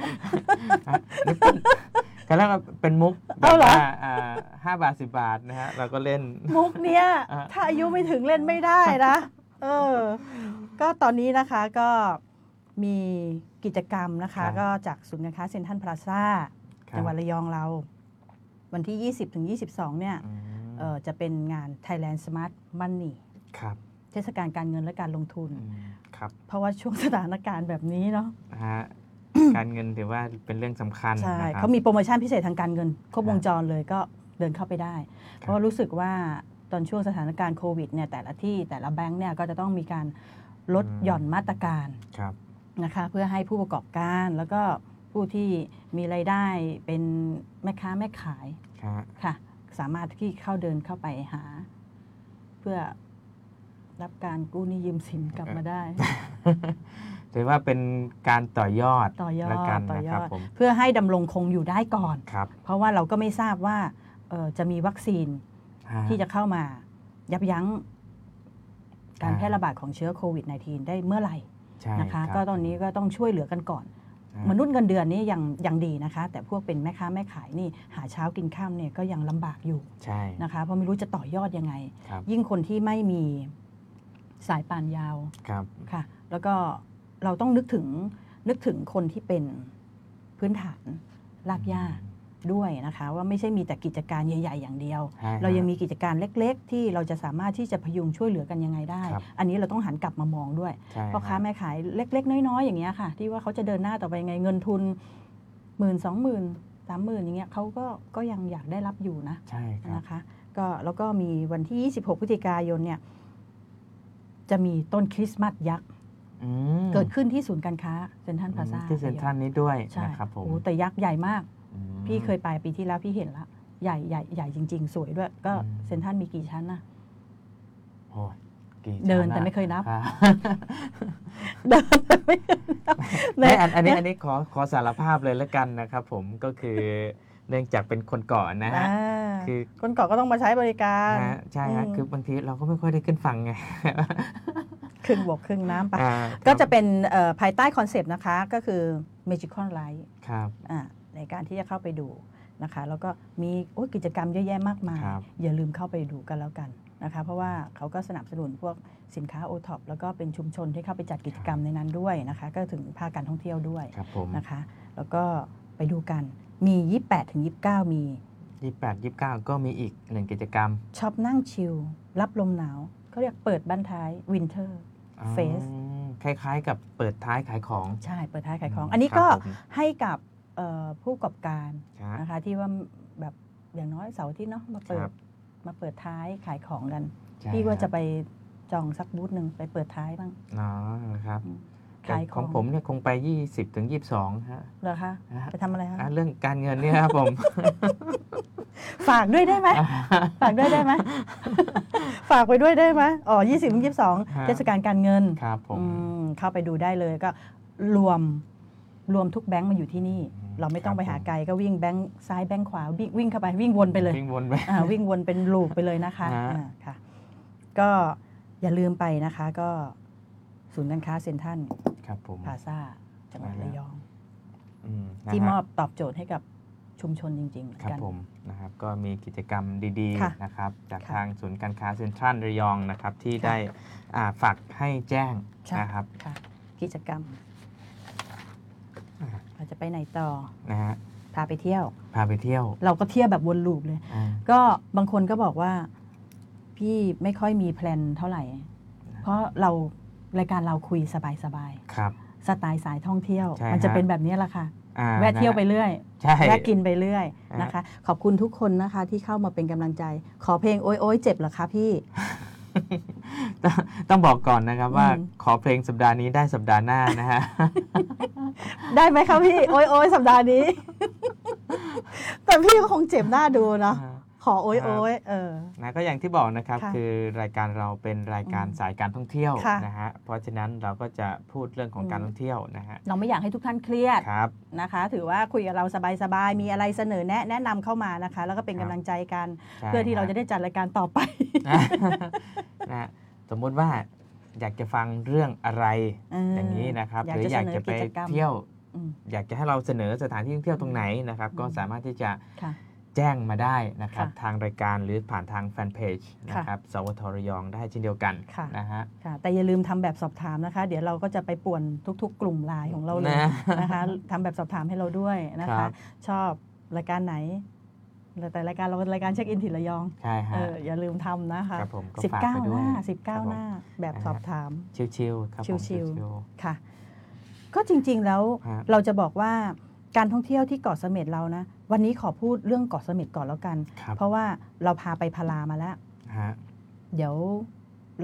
C: อ่ะนี่
B: [LAUGHS]
C: เป็นกันแล้วก็เป็นมุกแบ
B: เอา
C: บ
B: เหรอ
C: ว่าอ่าห้าบาทสิบาทนะฮะ เราก็เล่น
B: มุกเนี้ย
C: อ่ะ
B: ถ้าอายุไม่ถึงเล่นไม่ได้นะ เออ ก็ตอนนี้นะคะก็มีกิจกรรมนะคะ ก็จากศูนย์การค้าเซ็นทรัลพลาซ่า
C: ค
B: จั
C: รับ
B: งหวัดระยองเรา วันที่ 20 ถึง 22 เนี่ย
C: อืม
B: เออจะเป็นงาน Thailand Smart Money
C: ครับ
B: เทศกาลการเงินและการลงทุน
C: อืมครับ
B: เพราะว่าช่วงสถานการณ์แบบนี้เนาะ
C: นะ
B: [COUGHS]
C: ฮะ การเงินถือว่าเป็นเรื่องสำคัญ
B: ใช่
C: นะครั
B: เขามีโปรโมชั่นพิเศษทางการเงิน ครบวงจรเลยก็เดินเข้าไปได้ เพราะว่ารู้สึกว่าตอนช่วงสถานการณ์โควิดเนี่ยแต่ละที่แต่ละแบงค์เนี่ยก็จะต้องมีการลดหย่อนมาตรการ
C: ครับ
B: นะคะเพื่อให้ผู้ประกอบการแล้วก็ผู้ที่มีไรายได้เป็นแม่ค้าแม่ขาย
C: ครับ
B: ค่ะ สามารถที่เข้าเดินเข้าไปหา เพื่อรับการกู้หนี้ยืมสินกลับมาได้
C: [LAUGHS] ถือว่าเป็นการต่อยอด
B: ต่อยอด
C: ละกัน
B: ต่อ
C: นะ
B: ย
C: ค
B: อ
C: รับ
B: ด
C: ผม
B: เพื่อให้ดำรงคงอยู่ได้ก่อน
C: ครับ
B: เพราะว่าเราก็ไม่ทราบว่าเอ่อจะมีวัคซีน
C: อ่า
B: ที่จะเข้ามายับยั้งการ
C: อ่า
B: แพร่ระบาดของเชื้อโควิด -19 ได้เมื่อไหร่
C: ใช่
B: นะคะ
C: รับ
B: ก็ตอนนี้ก็ต้องช่วยเหลือกันก่อน
C: อ่าม
B: นุษย์เงินเดือนนี่ยังยังดีนะคะ แต่พวกเป็นแม่ค้าแม่ขายนี่หาเช้ากินข้ามเนี่ยก็ยังลำบากอยู่
C: ใช่
B: นะคะ เพราะไม่รู้จะต่อยอดยังไง
C: ครับ
B: ยิ่งคนที่ไม่มีสายปานยาว
C: ครับ
B: ค่ะ แล้วก็เราต้องนึกถึงนึกถึงคนที่เป็นพื้นฐานรากหญ้าด้วยนะคะ ว่าไม่ใช่มีแต่กิจการใหญ่ๆ อย่างเดียว
C: ใช่ฮะ
B: เรายังมีกิจการเล็ก ๆ ที่เราจะสามารถที่จะพยุงช่วยเหลือกันยังไงได้
C: ครับ
B: อันนี้เราต้องหันกลับมามองด้วย
C: ใช่
B: พ่อค้า
C: ฮะ
B: แม่ขายเล็ก ๆ น้อย ๆ อย่างเงี้ยค่ะ ที่ว่าเขาจะเดินหน้าต่อไปยังไงเงินทุนหมื่นสองหมื่นสามหมื่นอย่างเงี้ยเขาก็ก็ยังอยากได้รับอยู่นะ
C: ใช่ครับ
B: นะคะ ก็แล้วก็มีวันที่ 26 พฤศจิกายนเนี่ยจะมีต้นคริสต์มาสยักษ์
C: อืม
B: เกิดขึ้นที่ศูนย์การค้าเซ็นทรัลพลาซ่า
C: ที่เซ็นทรัลนี้ด้วย
B: ใช่
C: นะครับผม
B: โอ้แต่ยักษ์ใหญ่มาก
C: อืม
B: พี่เคยไปปีที่แล้วพี่เห็นละใหญ่ใหญ่ใหญ่จริง ๆ สวยด้วย ก็
C: อืม
B: เซ็นทรัลมีกี่ชั้นนะ
C: โอ้ย กี่
B: เดิน
C: ชา
B: แต่ไม่เคยนับ
C: อ่า
B: เดินไม่
C: ไม่อันอันนี้อันนี้ขอขอสารภาพเลยละกันนะครับผมก็คือเนื่องจากเป็นคนเกาะนะฮะ คื
B: คือ อคนเกาะก็ต้องมาใช้บริการ
C: ฮะใช่ฮะ
B: อืม
C: คือบางทีเราก็ไม่ค่อยได้ขึ้นฟังไง
B: ครึ่งบกครึ่งน้ำไป
C: อ่า
B: ก็จะเป็นเอ่อภายใต้คอนเซปต์นะคะ ก็คือ Magical Light
C: ครับ
B: อ่าในการที่จะเข้าไปดูนะคะ แล้วก็มีโอ้ยกิจกรรมเยอะแยะมากมาย
C: ครับ
B: อย่าลืมเข้าไปดูกันแล้วกันนะคะ เพราะว่าเขาก็สนับสนุนพวกสินค้าโอท็อปแล้วก็เป็นชุมชนที่เข้าไปจัดกิจกรรมในนั้นด้วยนะคะ ก็ถึงภาคการท่องเที่ยวด้วย
C: ครับผม
B: นะคะ แล้วก็ไปดูกันมี 28ถึง29 มี
C: ยี่แปดยี่เก้าก็มีอีกหนึ่งกิจกรรม
B: ช็อปนั่งชิลรับลมหนาวเขาเรียกเปิดบ้านท้ายวินเทอร์
C: อ๋อ
B: Face
C: คล้ายๆ กับเปิดท้ายขายของ
B: ใช่เปิดท้ายขายของ อันนี้
C: ครับ
B: ก็
C: ผม
B: ให้กับเอ่อผู้ประกอบการ
C: ฮะ
B: นะคะที่ว่าแบบอย่างน้อยเสาร์อาที่เนาะมาเปิ
C: ค
B: ด
C: รับ
B: มาเปิดท้ายขายของกัน
C: ใช่
B: พี่ว่า
C: ฮ
B: จะไปจองสักบูธหนึ่งไปเปิดท้ายบ้าง
C: อ๋อเหรอครับ
B: อืม
C: แต่
B: ขาย
C: ข
B: ข
C: อ
B: อง ง
C: ผมเนี่ยคงไป 20ถึง22ฮะ
B: เหรอคะ
C: อ่ะ
B: ไปทำอะไรคะ
C: อ่ะเรื่องการเงินเนี่ยครับผม
B: ฝากด้วยได้ไหมฝากด้วยได้ไหม [LAUGHS] ฝากไปด้วยได้ไหมอ๋อยี่สิบถึงยี่สิบสอง
C: ฮะ
B: เทศกาลการเงิน
C: ครับผม
B: อืมเข้าไปดูได้เลยก็รวมรวมทุกแบงก์มาอยู่ที่นี่
C: อืม
B: เราไม่ต้อง
C: ครับ
B: ไปหา
C: ผม
B: ไกลก็วิ่งแบงก์ซ้ายแบงก์ขวาวิ่งวิ่งเข้าไปวิ่งวนไปเลย
C: วิ่งวนไป
B: อ่าวิ่งวนเป็นลูปไปเลยนะคะ
C: ฮะ
B: อ่าค่ะ ก็อย่าลืมไปนะคะ ก็ศูนย์การค้าเซ็นทรัล
C: ครับผม
B: พาซาจังหวัดระยอง
C: อืมนะ
B: ที่ม
C: ฮะ
B: อบตอบโจทย์ให้กับชุมชนจริงๆเหมือน
C: ครับ
B: กัน
C: ผมนะครับ ก็มีกิจกรรมดี
B: ค่ะ
C: ๆนะครับ จาก
B: ค่ะ
C: ทางศูนย์การค้าเซ็นทรัลระยองนะครับ ที่
B: ค่ะ
C: ได้อ่าฝากให้แจ้ง
B: ใช่
C: นะครับ
B: ค่ะ กิจกรรม
C: อ่ะ
B: เราจะไปไหนต่อ
C: นะฮะ
B: พาไปเที่ยว
C: พาไปเที่ยว
B: เราก็เที่ยวแบบวนลูปเลย
C: อ่า
B: ก็บางคนก็บอกว่า พี่ไม่ค่อยมีแพลนเท่าไหร่ เพราะเรารายการเราคุยสบาย
C: ครับ
B: ๆสไตล์สายท่องเที่ยว
C: ใช่ฮะ
B: มันจะเป็นแบบนี้แหละค่ะ
C: อ่า
B: แวะเที่ยวไป
C: นฮ
B: เรื่อย
C: ใช่
B: แลกกินไปเรื่อยนะคะ ขอบคุณทุกคนนะคะที่เข้ามาเป็นกำลังใจ ขอเพลงโอ้ยโอยเจ็บเหรอคะพี่
C: ต้องต้องบอกก่อนนะครับว่า
B: อืม
C: ขอเพลงสัปดาห์นี้ได้สัปดาห์หน้านะฮะ
B: ได้ไหมคะพี่ โอ้ยโอยสัปดาห์นี้ [LAUGHS] แต่พี่ก็คงเจ็บหน้าดูเนาะขอโอ้ยโอยเออ
C: นะก็อย่างที่บอกนะครับ
B: ค่ะ
C: คือรายการเราเป็นรายการ
B: อืม
C: สายการท่องเที่ยว
B: ค่ะ
C: นะฮะเพราะฉะนั้นเราก็จะพูดเรื่องของ
B: อืม
C: การท่องเที่ยวนะฮะ
B: เราไม่อยากให้ทุกท่านเครียด
C: ครับ
B: นะคะ ถือว่าคุยกับเราสบายๆมีอะไรเสนอแนะ แนะนำเข้ามานะคะ แล้วก็เป็น
C: ครั
B: กำ
C: บ
B: ลังใจกัน
C: ใช่
B: เพื่อที่เราจะ
C: ฮ
B: ได้จัดรายการต่อไป
C: [LAUGHS] นะนะฮะสมมุติว่าอยากจะฟังเรื่องอะไร
B: เอออ
C: อย่างนี้นะครับ
B: อยาก
C: หรือ
B: จะ
C: อยากจะ
B: เสนอกิ
C: ไป
B: จกรรม
C: เที่ยว
B: อืม
C: อยากจะให้เราเสนอสถานที่ท่องเที่ยวตรงไหนนะครับ
B: อืม
C: ก็สามารถที่จะ
B: ค่ะ
C: แจ้งมาได้นะครับ
B: ค่ะ
C: ทางรายการหรือผ่านทางแฟนเพจนะครับสวทระยองได้เช่นเดียวกัน
B: ค่ะ
C: นะฮะ
B: ค่ะ แต่อย่าลืมทำแบบสอบถามนะคะ เดี๋ยวเราก็จะไปป่วนทุก ๆ กลุ่มไลน์ของเราเลย
C: นะ
B: นะคะทำแบบสอบถามให้เราด้วยนะ
C: ครั
B: คะ
C: บ
B: ชอบรายการไหน แต่รายการเรารายการเช็คอินถิ่นระยอง
C: ใช่
B: เอ
C: ฮะ
B: ออย่าลืมทำนะคะ
C: ครับผมก็
B: สิบ
C: ฝาก
B: เก้า
C: ไป
B: ห
C: ด้วย
B: น้า
C: ครับ
B: สิบเก้า
C: ผม
B: หน้าแบบสอบถาม
C: ชิวๆครับผม
B: ชิ
C: ชิ
B: ว
C: ว
B: ๆ
C: ๆ
B: ค่ะ ก็จริงๆแล้ว
C: ฮะ
B: เราจะบอกว่าการท่องเที่ยวที่เกาะเสม็ดเรานะ วันนี้ขอพูดเรื่องเกาะเสม็ดก่อนแล้วกัน
C: ครับ
B: เพราะว่าเราพาไปพารามาแล้ว
C: ฮะ
B: เดี๋ยว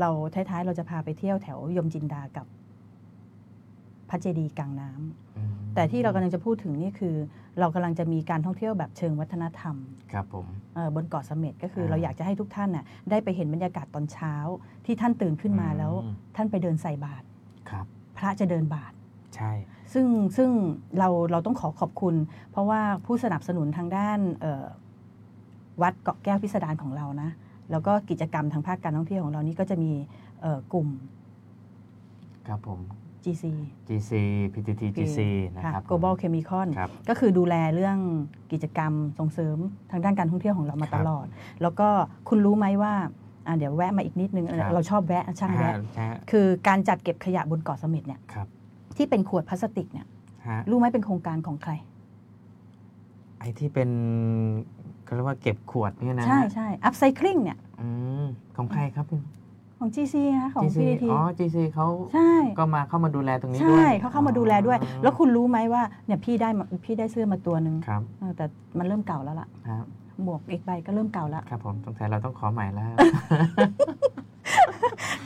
B: เราท้ายๆเราจะพาไปเที่ยวแถวยมจินดากับพระเจดีย์กลางน้ำ
C: อืม
B: แต่ที่เรากำลังจะพูดถึงนี่คือ เรากำลังจะมีการท่องเที่ยวแบบเชิงวัฒนธรรม
C: ครับผม
B: เอ่อบนเกาะเสม็ดก็คือ
C: อ่า
B: เราอยากจะให้ทุกท่านน่ะได้ไปเห็นบรรยากาศตอนเช้า ที่ท่านตื่นขึ้นมา
C: อืม
B: แล้ว ท่านไปเดินใส่บาตร
C: ครับ
B: พระจะเดินบาตร
C: ใช่
B: ซึ่งซึ่งเราเราต้องขอขอบคุณ เพราะว่าผู้สนับสนุนทางด้านเอ่อวัดเกาะแก้วพิสดารของเรานะ แล้วก็กิจกรรมทางภาคการท่องเที่ยวของเรานี่ก็จะมีเอ่อกลุ่ม
C: ครับผม
B: GC
C: GC PTT GC นะครับผม
B: Global Chemicon
C: ครับ
B: ก็คือดูแลเรื่องกิจกรรมส่งเสริมทางด้านการท่องเที่ยวของเรามา
C: ค
B: ต
C: รับ
B: ลอด แล้วก็คุณรู้ไหมว่าอ่ะเดี๋ยวแวะมาอีกนิดนึง
C: ครับ
B: เราชอบแวะช่าง
C: ฮะ
B: แวะ
C: ใช่ฮะ
B: คือการจัดเก็บขยะบนเกาะเสม็ดเนี่ย
C: ครับ
B: ที่เป็นขวดพลาสติกเนี่ย
C: ฮะ
B: รู้ไหมเป็นโครงการของใคร
C: ไอ้ที่เป็นเขาเรียกว่าเก็บขวดเนี่ยนะ
B: ใช่ใช่อัพไซคลิงเนี่ย
C: อืมของใครครับพี่
B: ของ GC นะคะของ
C: GC
B: พีที
C: อ๋อ GC เขา
B: ใช่
C: ก็มาเข้ามาดูแลตรงนี้ด้ว
B: ใช่
C: ย
B: เขาเข้ามาดูแลด้วย
C: อ๋อ
B: แล้วคุณรู้ไหมว่าเนี่ยพี่ได้มาพี่ได้เสื้อมาตัวหนึ่ง
C: ครับ
B: เออแต่มันเริ่มเก่าแล้วล่ะ
C: ฮะ
B: หมวกอีกใบก็เริ่มเก่าแล้ว
C: ครับผมสงสัยเราต้องขอใหม่แล้ว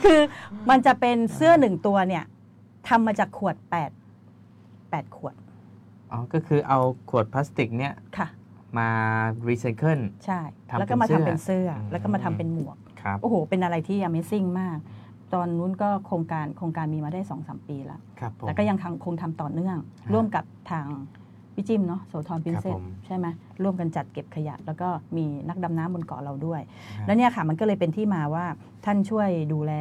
B: คือ [LAUGHS] มันจะเป็นเสื้อหนึ่งตัวเนี่ยทำมาจากขวด8 8ขวด
C: อ๋อ ก็คือเอาขวดพลาสติกเนี่ย
B: ค่ะ
C: มารีไซเคิล
B: ใช่
C: ทำเป็น
B: แล้วก็มาทำเป็นเสื้อ
C: เสื้อ
B: แล้วก็มาทำเป็นหมวก
C: ครับ
B: โอ้โห เป็นอะไรที่ Amazing มาก ตอนนู้นก็โครงการโครงการมีมาได้2อสปีแล้ว
C: ครับผม
B: แล้วก็ยังทางคงทำต่อเนื่อง
C: ฮะ
B: ร่วมกับทางพี่จิ้มเนาะโสธรพินเซ
C: ผ
B: ต
C: ม
B: ใช่ไหมร่วมกันจัดเก็บขยะ แล้วก็มีนักดำน้ำบนเกาะเราด้วย
C: ครับ
B: แล้วเนี่ยค่ะมันก็เลยเป็นที่มาว่าท่านช่วยดูแล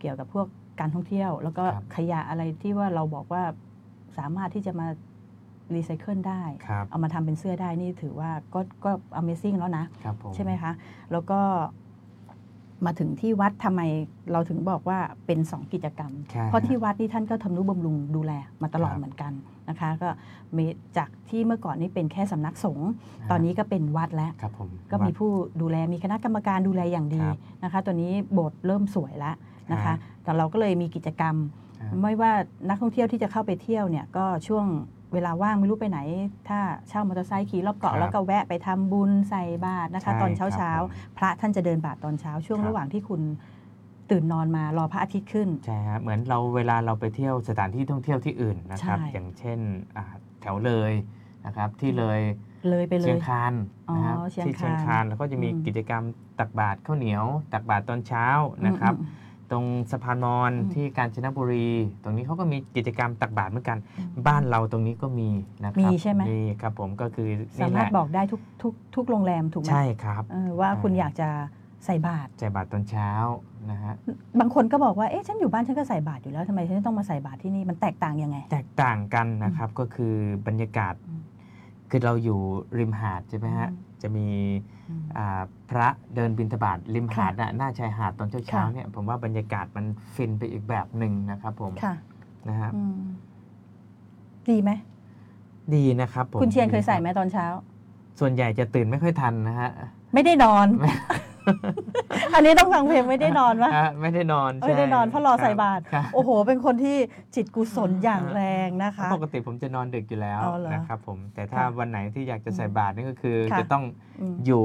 B: เกี่ยวกับพวกการท่องเที่ยว แล้วก็
C: ครับ
B: ขยะอะไรที่ว่าเราบอกว่าสามารถที่จะมารีไซเคิลได้
C: ครับ
B: เอามาทำเป็นเสื้อได้นี่ถือว่าก็ก็ Amazing แล้วนะ
C: ครับผม
B: ใช่ไหมคะ แล้วก็มาถึงที่วัดทำไมเราถึงบอกว่าเป็น 2 กิจกรรม
C: ใช่
B: เพราะที่
C: ฮ
B: วัดนี่ท่านก็ทำนุบำรุงดูแลมาตลอด
C: ครับ
B: เหมือนกันนะคะ ก็มีจากที่เมื่อก่อนนี่เป็นแค่สำนักสงฆ์
C: ะ
B: ตอนนี้ก็เป็นวัดแล้ว
C: ครับผม
B: ก็มีผู้ดูแลมีคณะกรรมการดูแลอย่างดี
C: ครับ
B: นะคะ ตัวนี้โบสถ์เริ่มสวยแล้วนะคะ
C: ฮะ
B: แต่เราก็เลยมีกิจกรรม
C: ครับ
B: ไม่ว่านักท่องเที่ยวที่จะเข้าไปเที่ยวเนี่ยก็ช่วงเวลาว่างไม่รู้ไปไหน ถ้าเช่ามอเตอร์ไซค์ขี่รอบ
C: ครั
B: เกาะ
C: บ
B: แล้วก็แวะไปทำบุญใส่บาตรนะคะ
C: ใช่
B: ตอนเช้าเช้า
C: ครับ
B: ๆพระท่านจะเดินบาตรตอนเช้า ช่วง
C: ครับ
B: ระหว่างที่คุณตื่นนอนมารอพระอาทิตย์ขึ้น
C: ใช่ฮะเหมือนเราเวลาเราไปเที่ยวสถานที่ท่องเที่ยวที่อื่นนะครับ
B: ใช่
C: อย่างเช่นอ่าแถวเลยนะครับที่เลย
B: เลยไปเล
C: เชีย
B: ย
C: งคานนะครั
B: อ๋อเชียง
C: ที่เชียง
B: คาน
C: คานแล้วก็จะมี
B: อืม
C: กิจกรรมตักบาตรข้าวเหนียว ตักบาตรตอนเช้านะครับ
B: อืม
C: ตรงสะพานมอน
B: อืม
C: ที่กาญจนบุรี ตรงนี้เขาก็มีกิจกรรมตักบาตรเหมือนกัน
B: อืม
C: บ้านเราตรงนี้ก็มีนะครับ
B: มีใช่ไหม
C: มีครับผมก็คือ
B: สา
C: นี่แห
B: มารถ
C: ละ
B: บอกได้ทุกทุกทุกโรงแรมถูกไหม
C: ใช่ครับ
B: เออว่าคุณ
C: ใช่
B: อยากจะใส่บาตร
C: ใจบาตรตอนเช้านะฮะ
B: บางคนก็บอกว่าเอ๊ะฉันอยู่บ้านฉันก็ใส่บาตรอยู่แล้วทำไมฉันต้องมาใส่บาตรที่นี่มันแตกต่างยังไง
C: แตกต่างกันนะครับก็คือบรรยากาศ
B: อืม
C: คือเราอยู่ริมหาดใช่ไหมฮะ
B: อืม
C: จะมี
B: อืม
C: อ่าพระเดินบิณฑบาตริมหาด
B: ค่ะ
C: น่ะหน้าชายหาดตอนเช้า
B: ค่ะ
C: ๆเนี่ยผมว่าบรรยากาศมันฟินไปอีกแบบหนึ่งนะครับผม
B: ค่ะ
C: นะฮะ
B: อืมดีไหม
C: ดีนะครับผม
B: คุณเชียนเคยใส่
C: ดี
B: ไหม
C: รับ
B: ตอนเช้า
C: ส่วนใหญ่จะตื่นไม่ค่อยทันนะฮะ
B: ไม่ได้นอน
C: ไม่
B: [LAUGHS] อันนี้ต้องฟังเพลงไม่ได้นอนวะ
C: ฮไม่ได้นอนใช่
B: ไม่ได้นอนเพราะรอใส่บาตร
C: ค
B: โอ้โห เป็นคนที่จิตกุศลอย่างแรงนะคะ
C: ปกติผมจะนอนดึกอยู่แล้ว
B: เอาเหรอ
C: นะครับผมแต่ถ้า
B: ค่ะ
C: วันไหนที่อยากจะใส่บาตรนี่ก็คือ
B: ค่ะ
C: จะต้อง
B: อืม
C: อยู่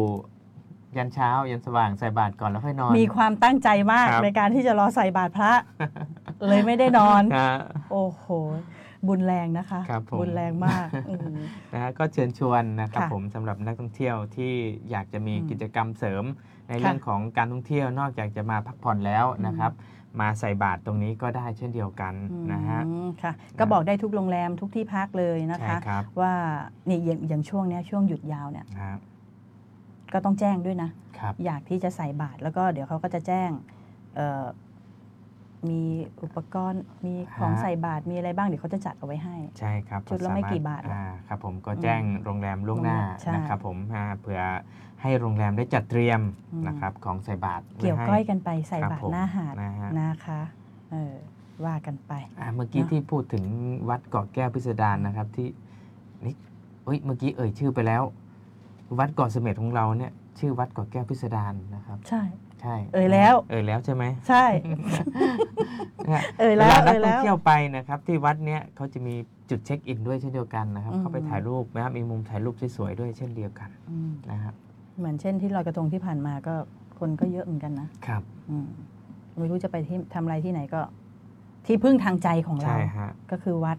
C: ยันเช้ายันสว่างใส่บาตรก่อนแล้วค่อยนอน
B: มีความตั้งใจมาก
C: ครับ
B: ในการที่จะรอใส่บาตรพระ เลยไม่ได้นอน
C: นะฮะ
B: โอ้โห บุญแรงนะคะ
C: ครับผม
B: ญแรงมาก
C: [LAUGHS]
B: อืม
C: นะฮะก็เชิญชวนนะครับ
B: ค่ะ
C: ผมสำหรับนักท่องเที่ยวที่อยากจะมี
B: อืม
C: กิจกรรมเสริม ในเรื่องของการท่องเที่ยวนอกจากจะมาพักผ่อนแล้วนะครับ มาใส่บาตรตรงนี้ก็ได้เช่นเดียวกันนะฮะ
B: อืมค่ะ ก็บอกได้ทุกโรงแรมทุกที่พักเลยนะ
C: ใช่
B: คะ
C: ครับ
B: ว่าเนี่ยอย่างอย่างช่วงเนี้ยช่วงหยุดยาวเนี่ย
C: นะฮะ
B: ก็ต้องแจ้งด้วยนะ
C: ครับ
B: อยากที่จะใส่บาตรแล้วก็เดี๋ยวเขาก็จะแจ้งเอ่อมีอุปกรณ์มีของ
C: ฮะ
B: ใส่บาตรมีอะไรบ้างเดี๋ยวเขาจะจัดเอาไว้ให้
C: ใช่ครับ
B: ชุดละไม่กี่บาท
C: อ่ครับผมก็แจ้งโรงแรมล่วงหน้า
B: โรงแรมใช่
C: นะครับผมอ่าเผื่อให้โรงแรมได้จัดเตรียม
B: อืม
C: นะครับของใส่บาตรไว้
B: เกี่ยว
C: ให้
B: ก้อยกันไปใส่
C: ครับ
B: บาต
C: ผ
B: ร
C: ม
B: หน้าหาด
C: นะฮะ
B: นะคะเออว่ากันไป
C: อ่าเมื่อกี้
B: เนอะ
C: ที่พูดถึงวัดเกาะแก้วพิสดารนะครับที่นี่เอ้ยเมื่อกี้เอ่ยชื่อไปแล้ว วัดเกาะเสม็ดของเราเนี่ยชื่อวัดเกาะแก้วพิสดารนะครับ
B: ใช่
C: ใช่
B: เอ่ยแล้ว
C: เอ่ยแล้วใช่ไหม
B: ใช่
C: เนี่ย
B: เอ่ย
C: เว
B: แล้ว
C: ลานัก
B: เอ่ย
C: ท่อ
B: แล้ว
C: งเที่ยวไปนะครับ ที่วัดเนี้ยเขาจะมีจุดเช็คอินด้วยเช่นเดียวกันนะครับ
B: อืม
C: เข้าไปถ่ายรูปนะครับมีมุมถ่ายรูปสวยๆด้วยเช่นเดียวกัน
B: อืม
C: นะครับ
B: เหมือนเช่นที่ลอยกระทงที่ผ่านมาก็คนก็เยอะเหมือนกันนะครับ อืมไม่รู้จะไปที่ทำอะไรที่ไหนก็ ที่พึ่งทางใจของเรา
C: ใช่ฮะ
B: ก็คือวัด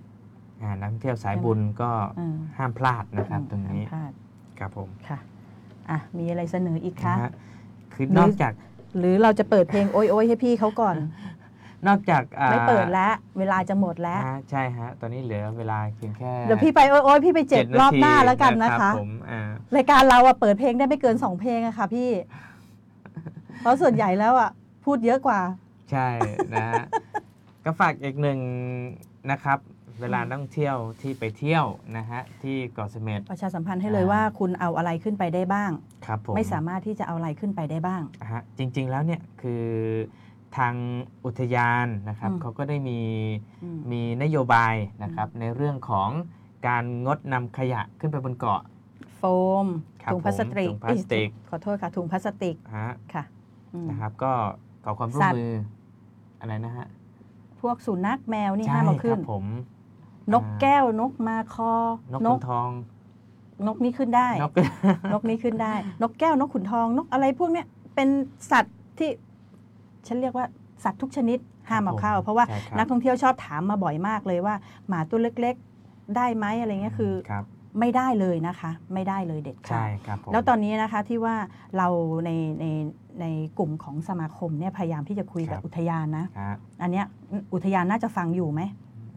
C: อ่านักท่องเที่ยวสายบุญก็
B: เออ
C: ห้ามพลาดนะครับตรงนี้
B: ห้ามพลาด
C: ครับผม
B: ค่ะอ่ะ มีอะไรเสนออีก
C: นะคะ ฮะคือนอกจาก
B: หรือเราจะเปิดเพลงโอยโอยให้พี่เขาก่อน
C: นอกจากอ่า
B: ไม่เปิดแล้วเวลาจะหมดแล้ว
C: ฮะใช่ฮะ ตอนนี้เหลือเวลาเพียงแค่
B: เดี๋ยวพี่ไปโอยโอยพี่ไปเจ็บ
C: 7
B: รอบหน้าแล้วกันนะ
C: รับ
B: คะ
C: ผมอ่าร
B: ายการเราอะเปิดเพลงได้ไม่เกินสองเพลงอะค่ะพี่ เพราะส่วนใหญ่แล้วอะพูดเยอะกว่า
C: ใช่นะ
B: [LAUGHS]
C: ฮะ ก็ฝากอีกหนึ่งนะครับ เวลานักท่องเที่ยวที่ไปเที่ยวนะฮะ ที่เกาะเสม็ด
B: ประชาสัมพันธ์ให้เลย
C: อ่า
B: ว่าคุณเอาอะไรขึ้นไปได้บ้าง
C: ครับผม
B: ไม่สามารถที่จะเอาอะไรขึ้นไปได้บ้าง
C: ฮะจริง ๆ แล้วเนี่ยคือทางอุทยานนะครับ
B: อืม
C: เขาก็ได้มี
B: อืม
C: มีนโยบายนะครับ ในเรื่องของการงดนำขยะขึ้นไปบนเกาะ
B: โฟม
C: ครับ
B: ถุงพลาสติก
C: ผมถุงพลาสติก
B: เอ้ยขอโทษค่ะถุงพลาสติก
C: ฮะ
B: ค่ะอืม
C: นะครับ ก็ขอความร่ว
B: สั
C: ม
B: ตว์
C: มืออะไรนะฮะ
B: พวกสุนัขแมวนี่
C: ใช่
B: ห้ามเอา
C: ค
B: ขึ้
C: รั
B: น
C: บผม
B: นกแก้วนกมาคอน
C: ก
B: น
C: ขุ
B: ก
C: นทอง
B: นกนี่ขึ้นได้
C: นก [LAUGHS]
B: นกนี้ขึ้นได้ นกแก้วนกขุนทอง นกอะไรพวกเนี้ยเป็นสัตว์ที่ฉันเรียกว่าสัตว์ทุกชนิดห้ามเอาเข้า
C: ครับผม
B: เพราะว่า
C: ใช่ครับ
B: นักท่องเที่ยวชอบถามมาบ่อยมากเลยว่า หมาตัวเล็กๆ ได้ไหมอะไรเงี้ยคือ
C: ครับ
B: ไม่ได้เลยนะคะ ไม่ได้เลยเด็ดขา
C: ใช่
B: ด
C: ครับผม
B: แล้วตอนนี้นะคะที่ว่าเราในในใน ในกลุ่มของสมาคมเนี่ยพยายามที่จะคุยกับ
C: ครับ
B: อุทยานนะ
C: ฮะ
B: อันเนี้ยอุทยานน่าจะฟังอยู่ไหม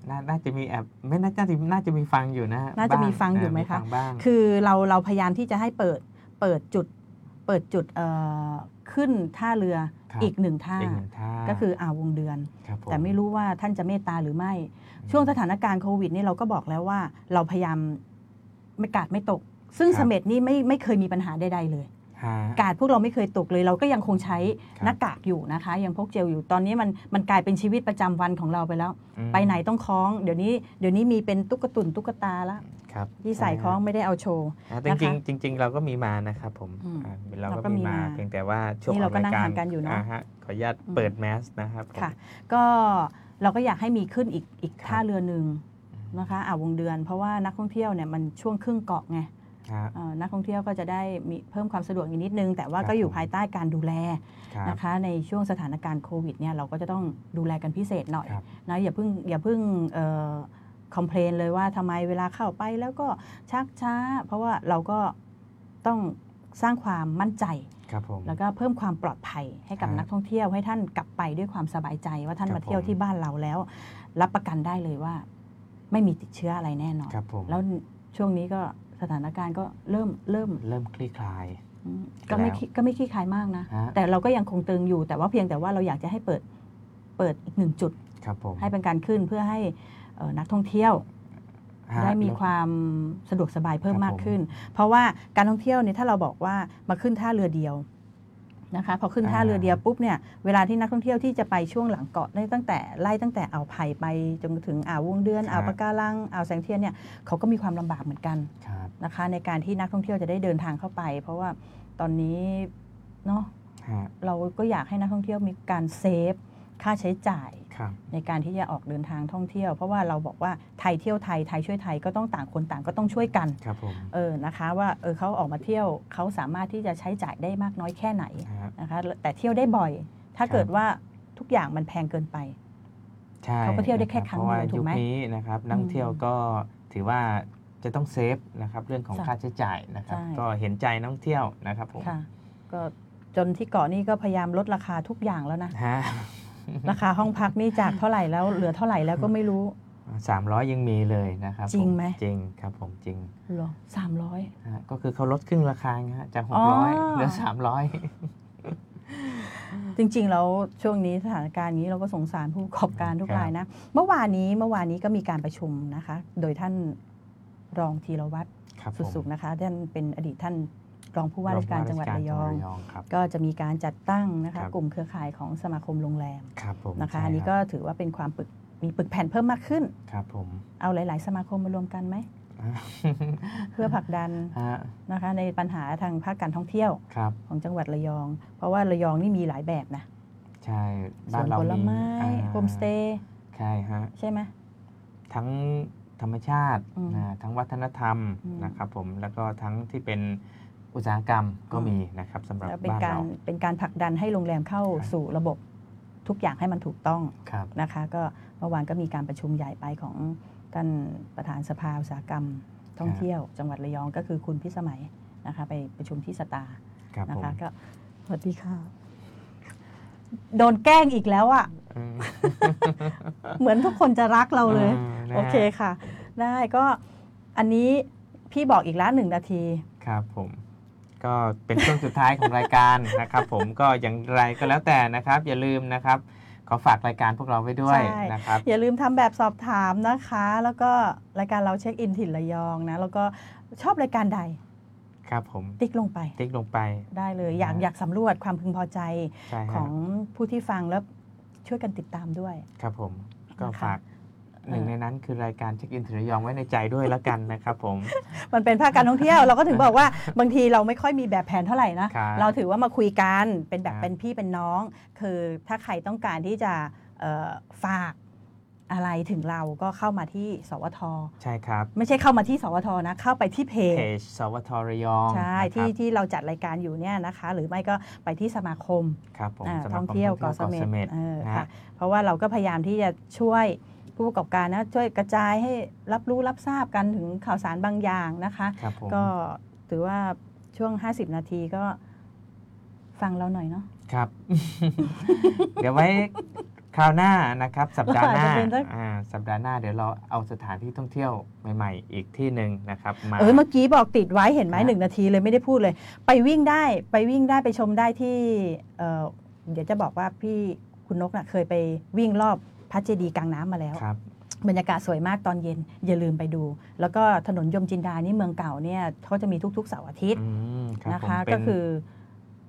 C: นาน่าจะมีแอบไม่น่าจะน่าจะมีฟังอยู่นะฮ
B: น่าจะมี
C: บ้
B: ฟังอยู่ไหม
C: น
B: คะ
C: ฟังบ้าง
B: คือเราเราพยายามที่จะให้เปิดเปิดจุดเปิดจุดเอ่อขึ้นท่าเรือ
C: ครับ
B: อีกหนึ่งท่า
C: อีกหนึ่งท่า
B: ก็คืออ่าววงเดือน
C: ครับผ
B: แต่ไม่รู้ว่าท่านจะเมตตาหรือไม่ ช่วงสถานการณ์โควิดนี่เราก็บอกแล้วว่าเราพยายามไม่กาดไม่ตก ซึ่งเสม็ดนี่ไม่ไม่เคยมีปัญหาใดๆเลย
C: ฮะ
B: กาดพวกเราไม่เคยตกเลย เราก็ยังคงใช้
C: ครับ
B: หน้ากากอยู่นะคะ ยังพกเจลอยู่ตอนนี้มันมันกลายเป็นชีวิตประจำวันของเราไปแล้ว
C: อืม
B: ไปไหนต้องคล้อง เดี๋ยวนี้เดี๋ยวนี้มีเป็นตุ๊กตุนตุ๊กตาละ
C: ครับ
B: ที่ใส่คล้องไม่ได้เอาโชว์
C: อ่าแต่จริงๆจริงๆเราก็มีมานะครับผม
B: อืม
C: อ่าเรา
B: เราก็
C: ก็มี
B: มี
C: มา
B: มา
C: เพียงแต่ว่าช่วง
B: นี่เราก็
C: ออ
B: นั่ง
C: ร
B: ห่างกันอยู่เนอะ
C: ฮขออนุญาต
B: อืม
C: เปิดแมสนะครับผม
B: ค่ะ ก็เราก็อยากให้มีขึ้นอีกอีก
C: ครับ
B: ท่าเรือหนึ่งนะคะอ่าววงเดือน เพราะว่านักท่องเที่ยวเนี่ยมันช่วงครึ่งเกาะไง
C: ฮะ
B: เอ่อนักท่องเที่ยวก็จะได้มีเพิ่มความสะดวกอีกนิดนึง แต่ว่า
C: ครับ
B: ก็อยู่
C: ผม
B: ภายใต้การดูแล
C: ครับ
B: นะคะ ในช่วงสถานการณ์โควิดเนี่ยเราก็จะต้องดูแลกันพิเศษหน่อย
C: ครับ
B: นะอย่าเพิ่งอย่าเพิ่งคอมเพลนเลยว่าทำไมเวลาเข้าไปแล้วก็ชักช้า เพราะว่าเราก็ต้องสร้างความมั่นใจ
C: ครับผม
B: แล้วก็เพิ่มความปลอดภัยให้กับ
C: ครับ
B: นักท่องเที่ยวให้ท่านกลับไปด้วยความสบายใจว่าท่าน
C: ครับ
B: มาเที่ยว
C: ผม
B: ที่บ้านเราแล้ว รับประกันได้เลยว่า ไม่มีติดเชื้ออะไรแน่นอน
C: ครับผม
B: แล้วช่วงนี้ก็สถานการณ์ก็เริ่มเริ่ม
C: เริ่มคลี่คลาย
B: อืมก็ไม่
C: แล้ว
B: ขี้ก็ไม่ขี้คลายมากนะ
C: ฮะ
B: แต่เราก็ยังคงตึงอยู่ แต่ว่าเพียงแต่ว่าเราอยากจะให้เปิดเปิดอีกหนึ่งจุด
C: ครับผม
B: ให้เป็นการขึ้นเพื่อให้เอ่อนักท่องเที่ยว
C: ฮะ
B: ได้มีความสะดวกสบายเพิ่ม
C: ครับ
B: มากขึ้น เพราะว่าการท่องเที่ยวเนี่ยถ้าเราบอกว่ามาขึ้นท่าเรือเดียวนะคะพอขึ้นท่าเรือเดียวปุ๊บเนี่ยเวลาที่นักท่องเที่ยวที่จะไปช่วงหลังเกาะได้ตั้งแต่ไล่ตั้งแต่อ่าวไผ่ไปจนถึงอ่าววงเดือน
C: ครับ
B: อ่าวปะการังอ่าวแสงเทียนเนี่ยเขาก็มีความลำบากเหมือนกัน
C: ครับ
B: นะคะในการที่นักท่องเที่ยวจะได้เดินทางเข้าไป เพราะว่าตอนนี้เนาะ
C: ฮะ
B: เราก็อยากให้นักท่องเที่ยวมีการเซฟค่าใช้จ่าย
C: ครับ
B: ในการที่จะออกเดินทางท่องเที่ยว เพราะว่าเราบอกว่าไทยเที่ยวไทยไทยช่วยไทยก็ต้องต่างคนต่างก็ต้องช่วยกัน
C: ครับผม
B: เออนะคะว่าเออเขาออกมาเที่ยวเขาสามารถที่จะใช้จ่ายได้มากน้อยแค่ไหน
C: ฮะ
B: นะคะแต่เที่ยวได้บ่อย ถ้า
C: ครับ
B: เกิดว่าทุกอย่างมันแพงเกินไป
C: ใช่
B: เขาก็เที่ยวได้แค่
C: นะ
B: ครั้งเดียว
C: เพาะา
B: ถูกไหม
C: ยุคนี้นะครับนักท่องเที่ยวก็ถือว่าจะต้องเซฟนะครับเรื่องของ
B: ใช่
C: ค่าใช้จ่ายนะครับ
B: ใช่
C: ก็เห็นใจนักท่องเที่ยวนะครับผม
B: ค่ะก็จนที่เกาะนี่ก็พยายามลดราคาทุกอย่างแล้วนะ
C: ฮะ
B: ราคาห้องพักนี่จากเท่าไหร่แล้วเหลือเท่าไหร่แล้วก็ไม่รู้
C: สามร้อยยังมีเลยนะครับผ
B: จริงไหม
C: จริงครับผมจริง
B: เหรอสามร้อย
C: ฮะก็คือเขาลดครึ่งราคาไงฮะจากห
B: อ๋
C: ก
B: อ
C: ร้อยเหลือสามร้อย
B: จริงๆ แล้วช่วงนี้สถานการณ์อย่างนี้เราก็สงสารผู้ประกอบการทุก
C: ครับ
B: รายนะ เมื่อวานนี้เมื่อวานนี้ก็มีการประชุมนะคะ โดยท่านรองธีรวัตร
C: ครับผม
B: สุสุขนะคะท่านเป็นอดีตท่านรองผู้ว่าราชการจังหวัดระยอง
C: ครับ
B: ก็จะมีการจัดตั้งนะ
C: ครั
B: คะ
C: บ
B: กลุ่มเครือข่ายของสมาคมโรงแรม
C: ครับผม
B: นะคะ
C: ใช่
B: อันนี้
C: รับ
B: ก็ถือว่าเป็นความปึกมีปึกแผ่นเพิ่มมากขึ้น
C: ครับผม [LAUGHS]
B: เอาหลาย ๆ สมาคมมารวมกันไหม เพื่อผลักดัน
C: ฮะ
B: นะคะ ในปัญหาทางภาคการท่องเที่ยว
C: ครับ
B: ของจังหวัดระยอง เพราะว่าระยองนี่มีหลายแบบนะ
C: ใช่
B: ส
C: บ้า
B: วน น
C: เรา
B: ผลไม้
C: อ่า
B: โฮมสเตย์
C: ใช่ฮะ
B: ใช่ไหม
C: ทั้งธรรมชาติ
B: อืม
C: นะทั้งวัฒนธรรม
B: อืม
C: นะครับผมแล้วก็ทั้งที่เป็นอุตสาหกรรมก็มีนะครับสำหรับ
B: แล้วเป็น
C: บ้าน
B: การ
C: เรา
B: เป็นการผลักดันให้โรงแรมเข้า
C: ครับ
B: สู่ระบบทุกอย่างให้มันถูกต้อง
C: ครับ
B: นะคะ ก็เมื่อวานก็มีการประชุมใหญ่ไปของท่านประธานสภาอุตสาหกรรม ท่องเที่ยว จังหวัดระยองก็คือคุณพิสมัยนะคะ ไปประชุมที่สตาร์
C: ครับ
B: นะ
C: ผม
B: คะก็สวัสดีค่ะโดนแกล้งอีกแล้วอะ่ะ
C: อืม
B: เหมือนทุกคนจะรักเราเลย
C: มนะฮะ
B: โอเคค่ะ ได้ก็อันนี้พี่บอกอีกละหนึ่งนาที
C: ครับผม ก็เป็นช่วงสุดท้ายของรายการนะครับผมก็อย่างไรก็แล้วแต่นะครับ อย่าลืมนะครับ ขอฝากรายการพวกเราไว้ด้วย
B: ใช่
C: นะครับ
B: อย่าลืมทำแบบสอบถามนะคะ แล้วก็รายการเราเช็คอินถิ่นระยองนะ แล้วก็ชอบรายการใด
C: ครับผม
B: ติ๊กลงไป
C: ติ๊กลงไป
B: ได้เลย อยาก
C: นะ
B: อยากสำรวจความพึงพอใจ
C: ใช่
B: ข
C: ฮะ
B: องผู้ที่ฟังแล้วช่วยกันติดตามด้วย
C: ครับผมก็
B: นะคะ
C: ฝาก
B: เอ่อ
C: หนึ่งในนั้นคือรายการเช็คอินถึงระยองไว้ในใจด้วยแล้วกันนะครับผม
B: มันเป็นภาคการท่องเที่ยว เราก็ถึงบอกว่าบางทีเราไม่ค่อยมีแบบแผนเท่าไหร่นะ
C: ครับ
B: เราถือว่ามาคุยกันเป็นแบบ
C: ครับ
B: เป็นพี่เป็นน้อง คือถ้าใครต้องการที่จะเอ่อฝากอะไรถึงเราก็เข้ามาที่สวท
C: ใช่ครับ
B: ไม่ใช่เข้ามาที่สวทนะเข้าไปที่เพ
C: เพจสวทระยอง
B: ใช่
C: นะครับ
B: ที่ที่เราจัดรายการอยู่เนี่ยนะคะ หรือไม่ก็ไปที่สมาคม
C: ครับผม
B: อ่า
C: สมาคม
B: ท่องเที่ยวเกาะเสม็ด
C: ด
B: เออ
C: นะ
B: ค่ะ
C: ฮะ
B: เพราะว่าเราก็พยายามที่จะช่วยผู้ประกอบการนะช่วยกระจายให้รับรู้รับทราบกันถึงข่าวสารบางอย่างนะคะ
C: ครับผม
B: ก็ถือว่าช่วง 50 นาทีก็ฟังเราหน่อยเนาะ
C: ครับ [LAUGHS] เดี๋ยวไว้คราวหน้านะครับ สัปดาห์หน้า
B: อาจจะเป็นสัก
C: อ่าสัปดาห์หน้าเดี๋ยวเราเอาสถานที่ท่องเที่ยวใหม่ ๆ อีกที่หนึ่งนะครับมา
B: เออเมื่อกี้บอกติดไว้เห็นไหม
C: ครับ
B: หนึ่งนาทีเลยไม่ได้พูดเลย ไปวิ่งได้ไปวิ่งได้ไปชมได้ที่เอ่อเดี๋ยวจะบอกว่าพี่คุณนกน่ะเคยไปวิ่งรอบพระเจดีย์กลางน้ำมาแล้ว
C: ครับ
B: บรรยากาศสวยมากตอนเย็นอย่าลืมไปดู แล้วก็ถนนยมจินดานี่เมืองเก่าเนี่ยเขาจะมีทุกๆเสาร์อาทิตย์
C: อืมรั
B: นะ
C: บผม
B: คะ
C: เป็
B: ก็คือ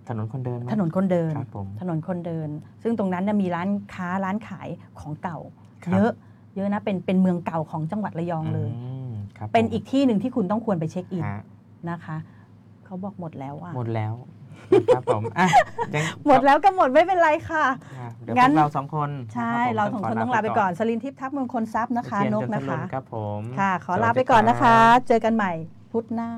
C: ถนนคนเดินไหม
B: ถนนคนเดิน
C: ครับผม
B: ถนนคนเดิน ซึ่งตรงนั้นนะมีร้านค้าร้านขายของเก่า
C: ครับ
B: เยอะเยอะนะเป็นเป็นเมืองเก่าของจังหวัดระยองเลย
C: มครับ
B: เป็น
C: ผม
B: อีกที่หนึ่งที่คุณต้องควรไปเช็คอิน
C: ฮะ
B: นะคะเขาบอกหมดแล้วอ่ะ
C: หมดแล้วนะครับผมอ่ะยัง
B: หมดแล้วก็หมดไม่เป็นไรค่ะ
C: อ่ะเดี๋ยว
B: งั้
C: พวน กเราสองคน
B: ใช่
C: ะบผม
B: เราสองคนต้องลาไปก่อนสลินทิพย์ทักเมืองคนทรัพย์นะคะ
C: เทีย
B: นก
C: จั
B: นะ
C: ทรุ
B: คะ
C: ครับผม
B: ค่ะ ขอ
C: สวัส
B: ลา
C: ดี
B: ไปก่อนนะ
C: รั
B: คะ
C: บ
B: เจอกันใหม่พุธหน้า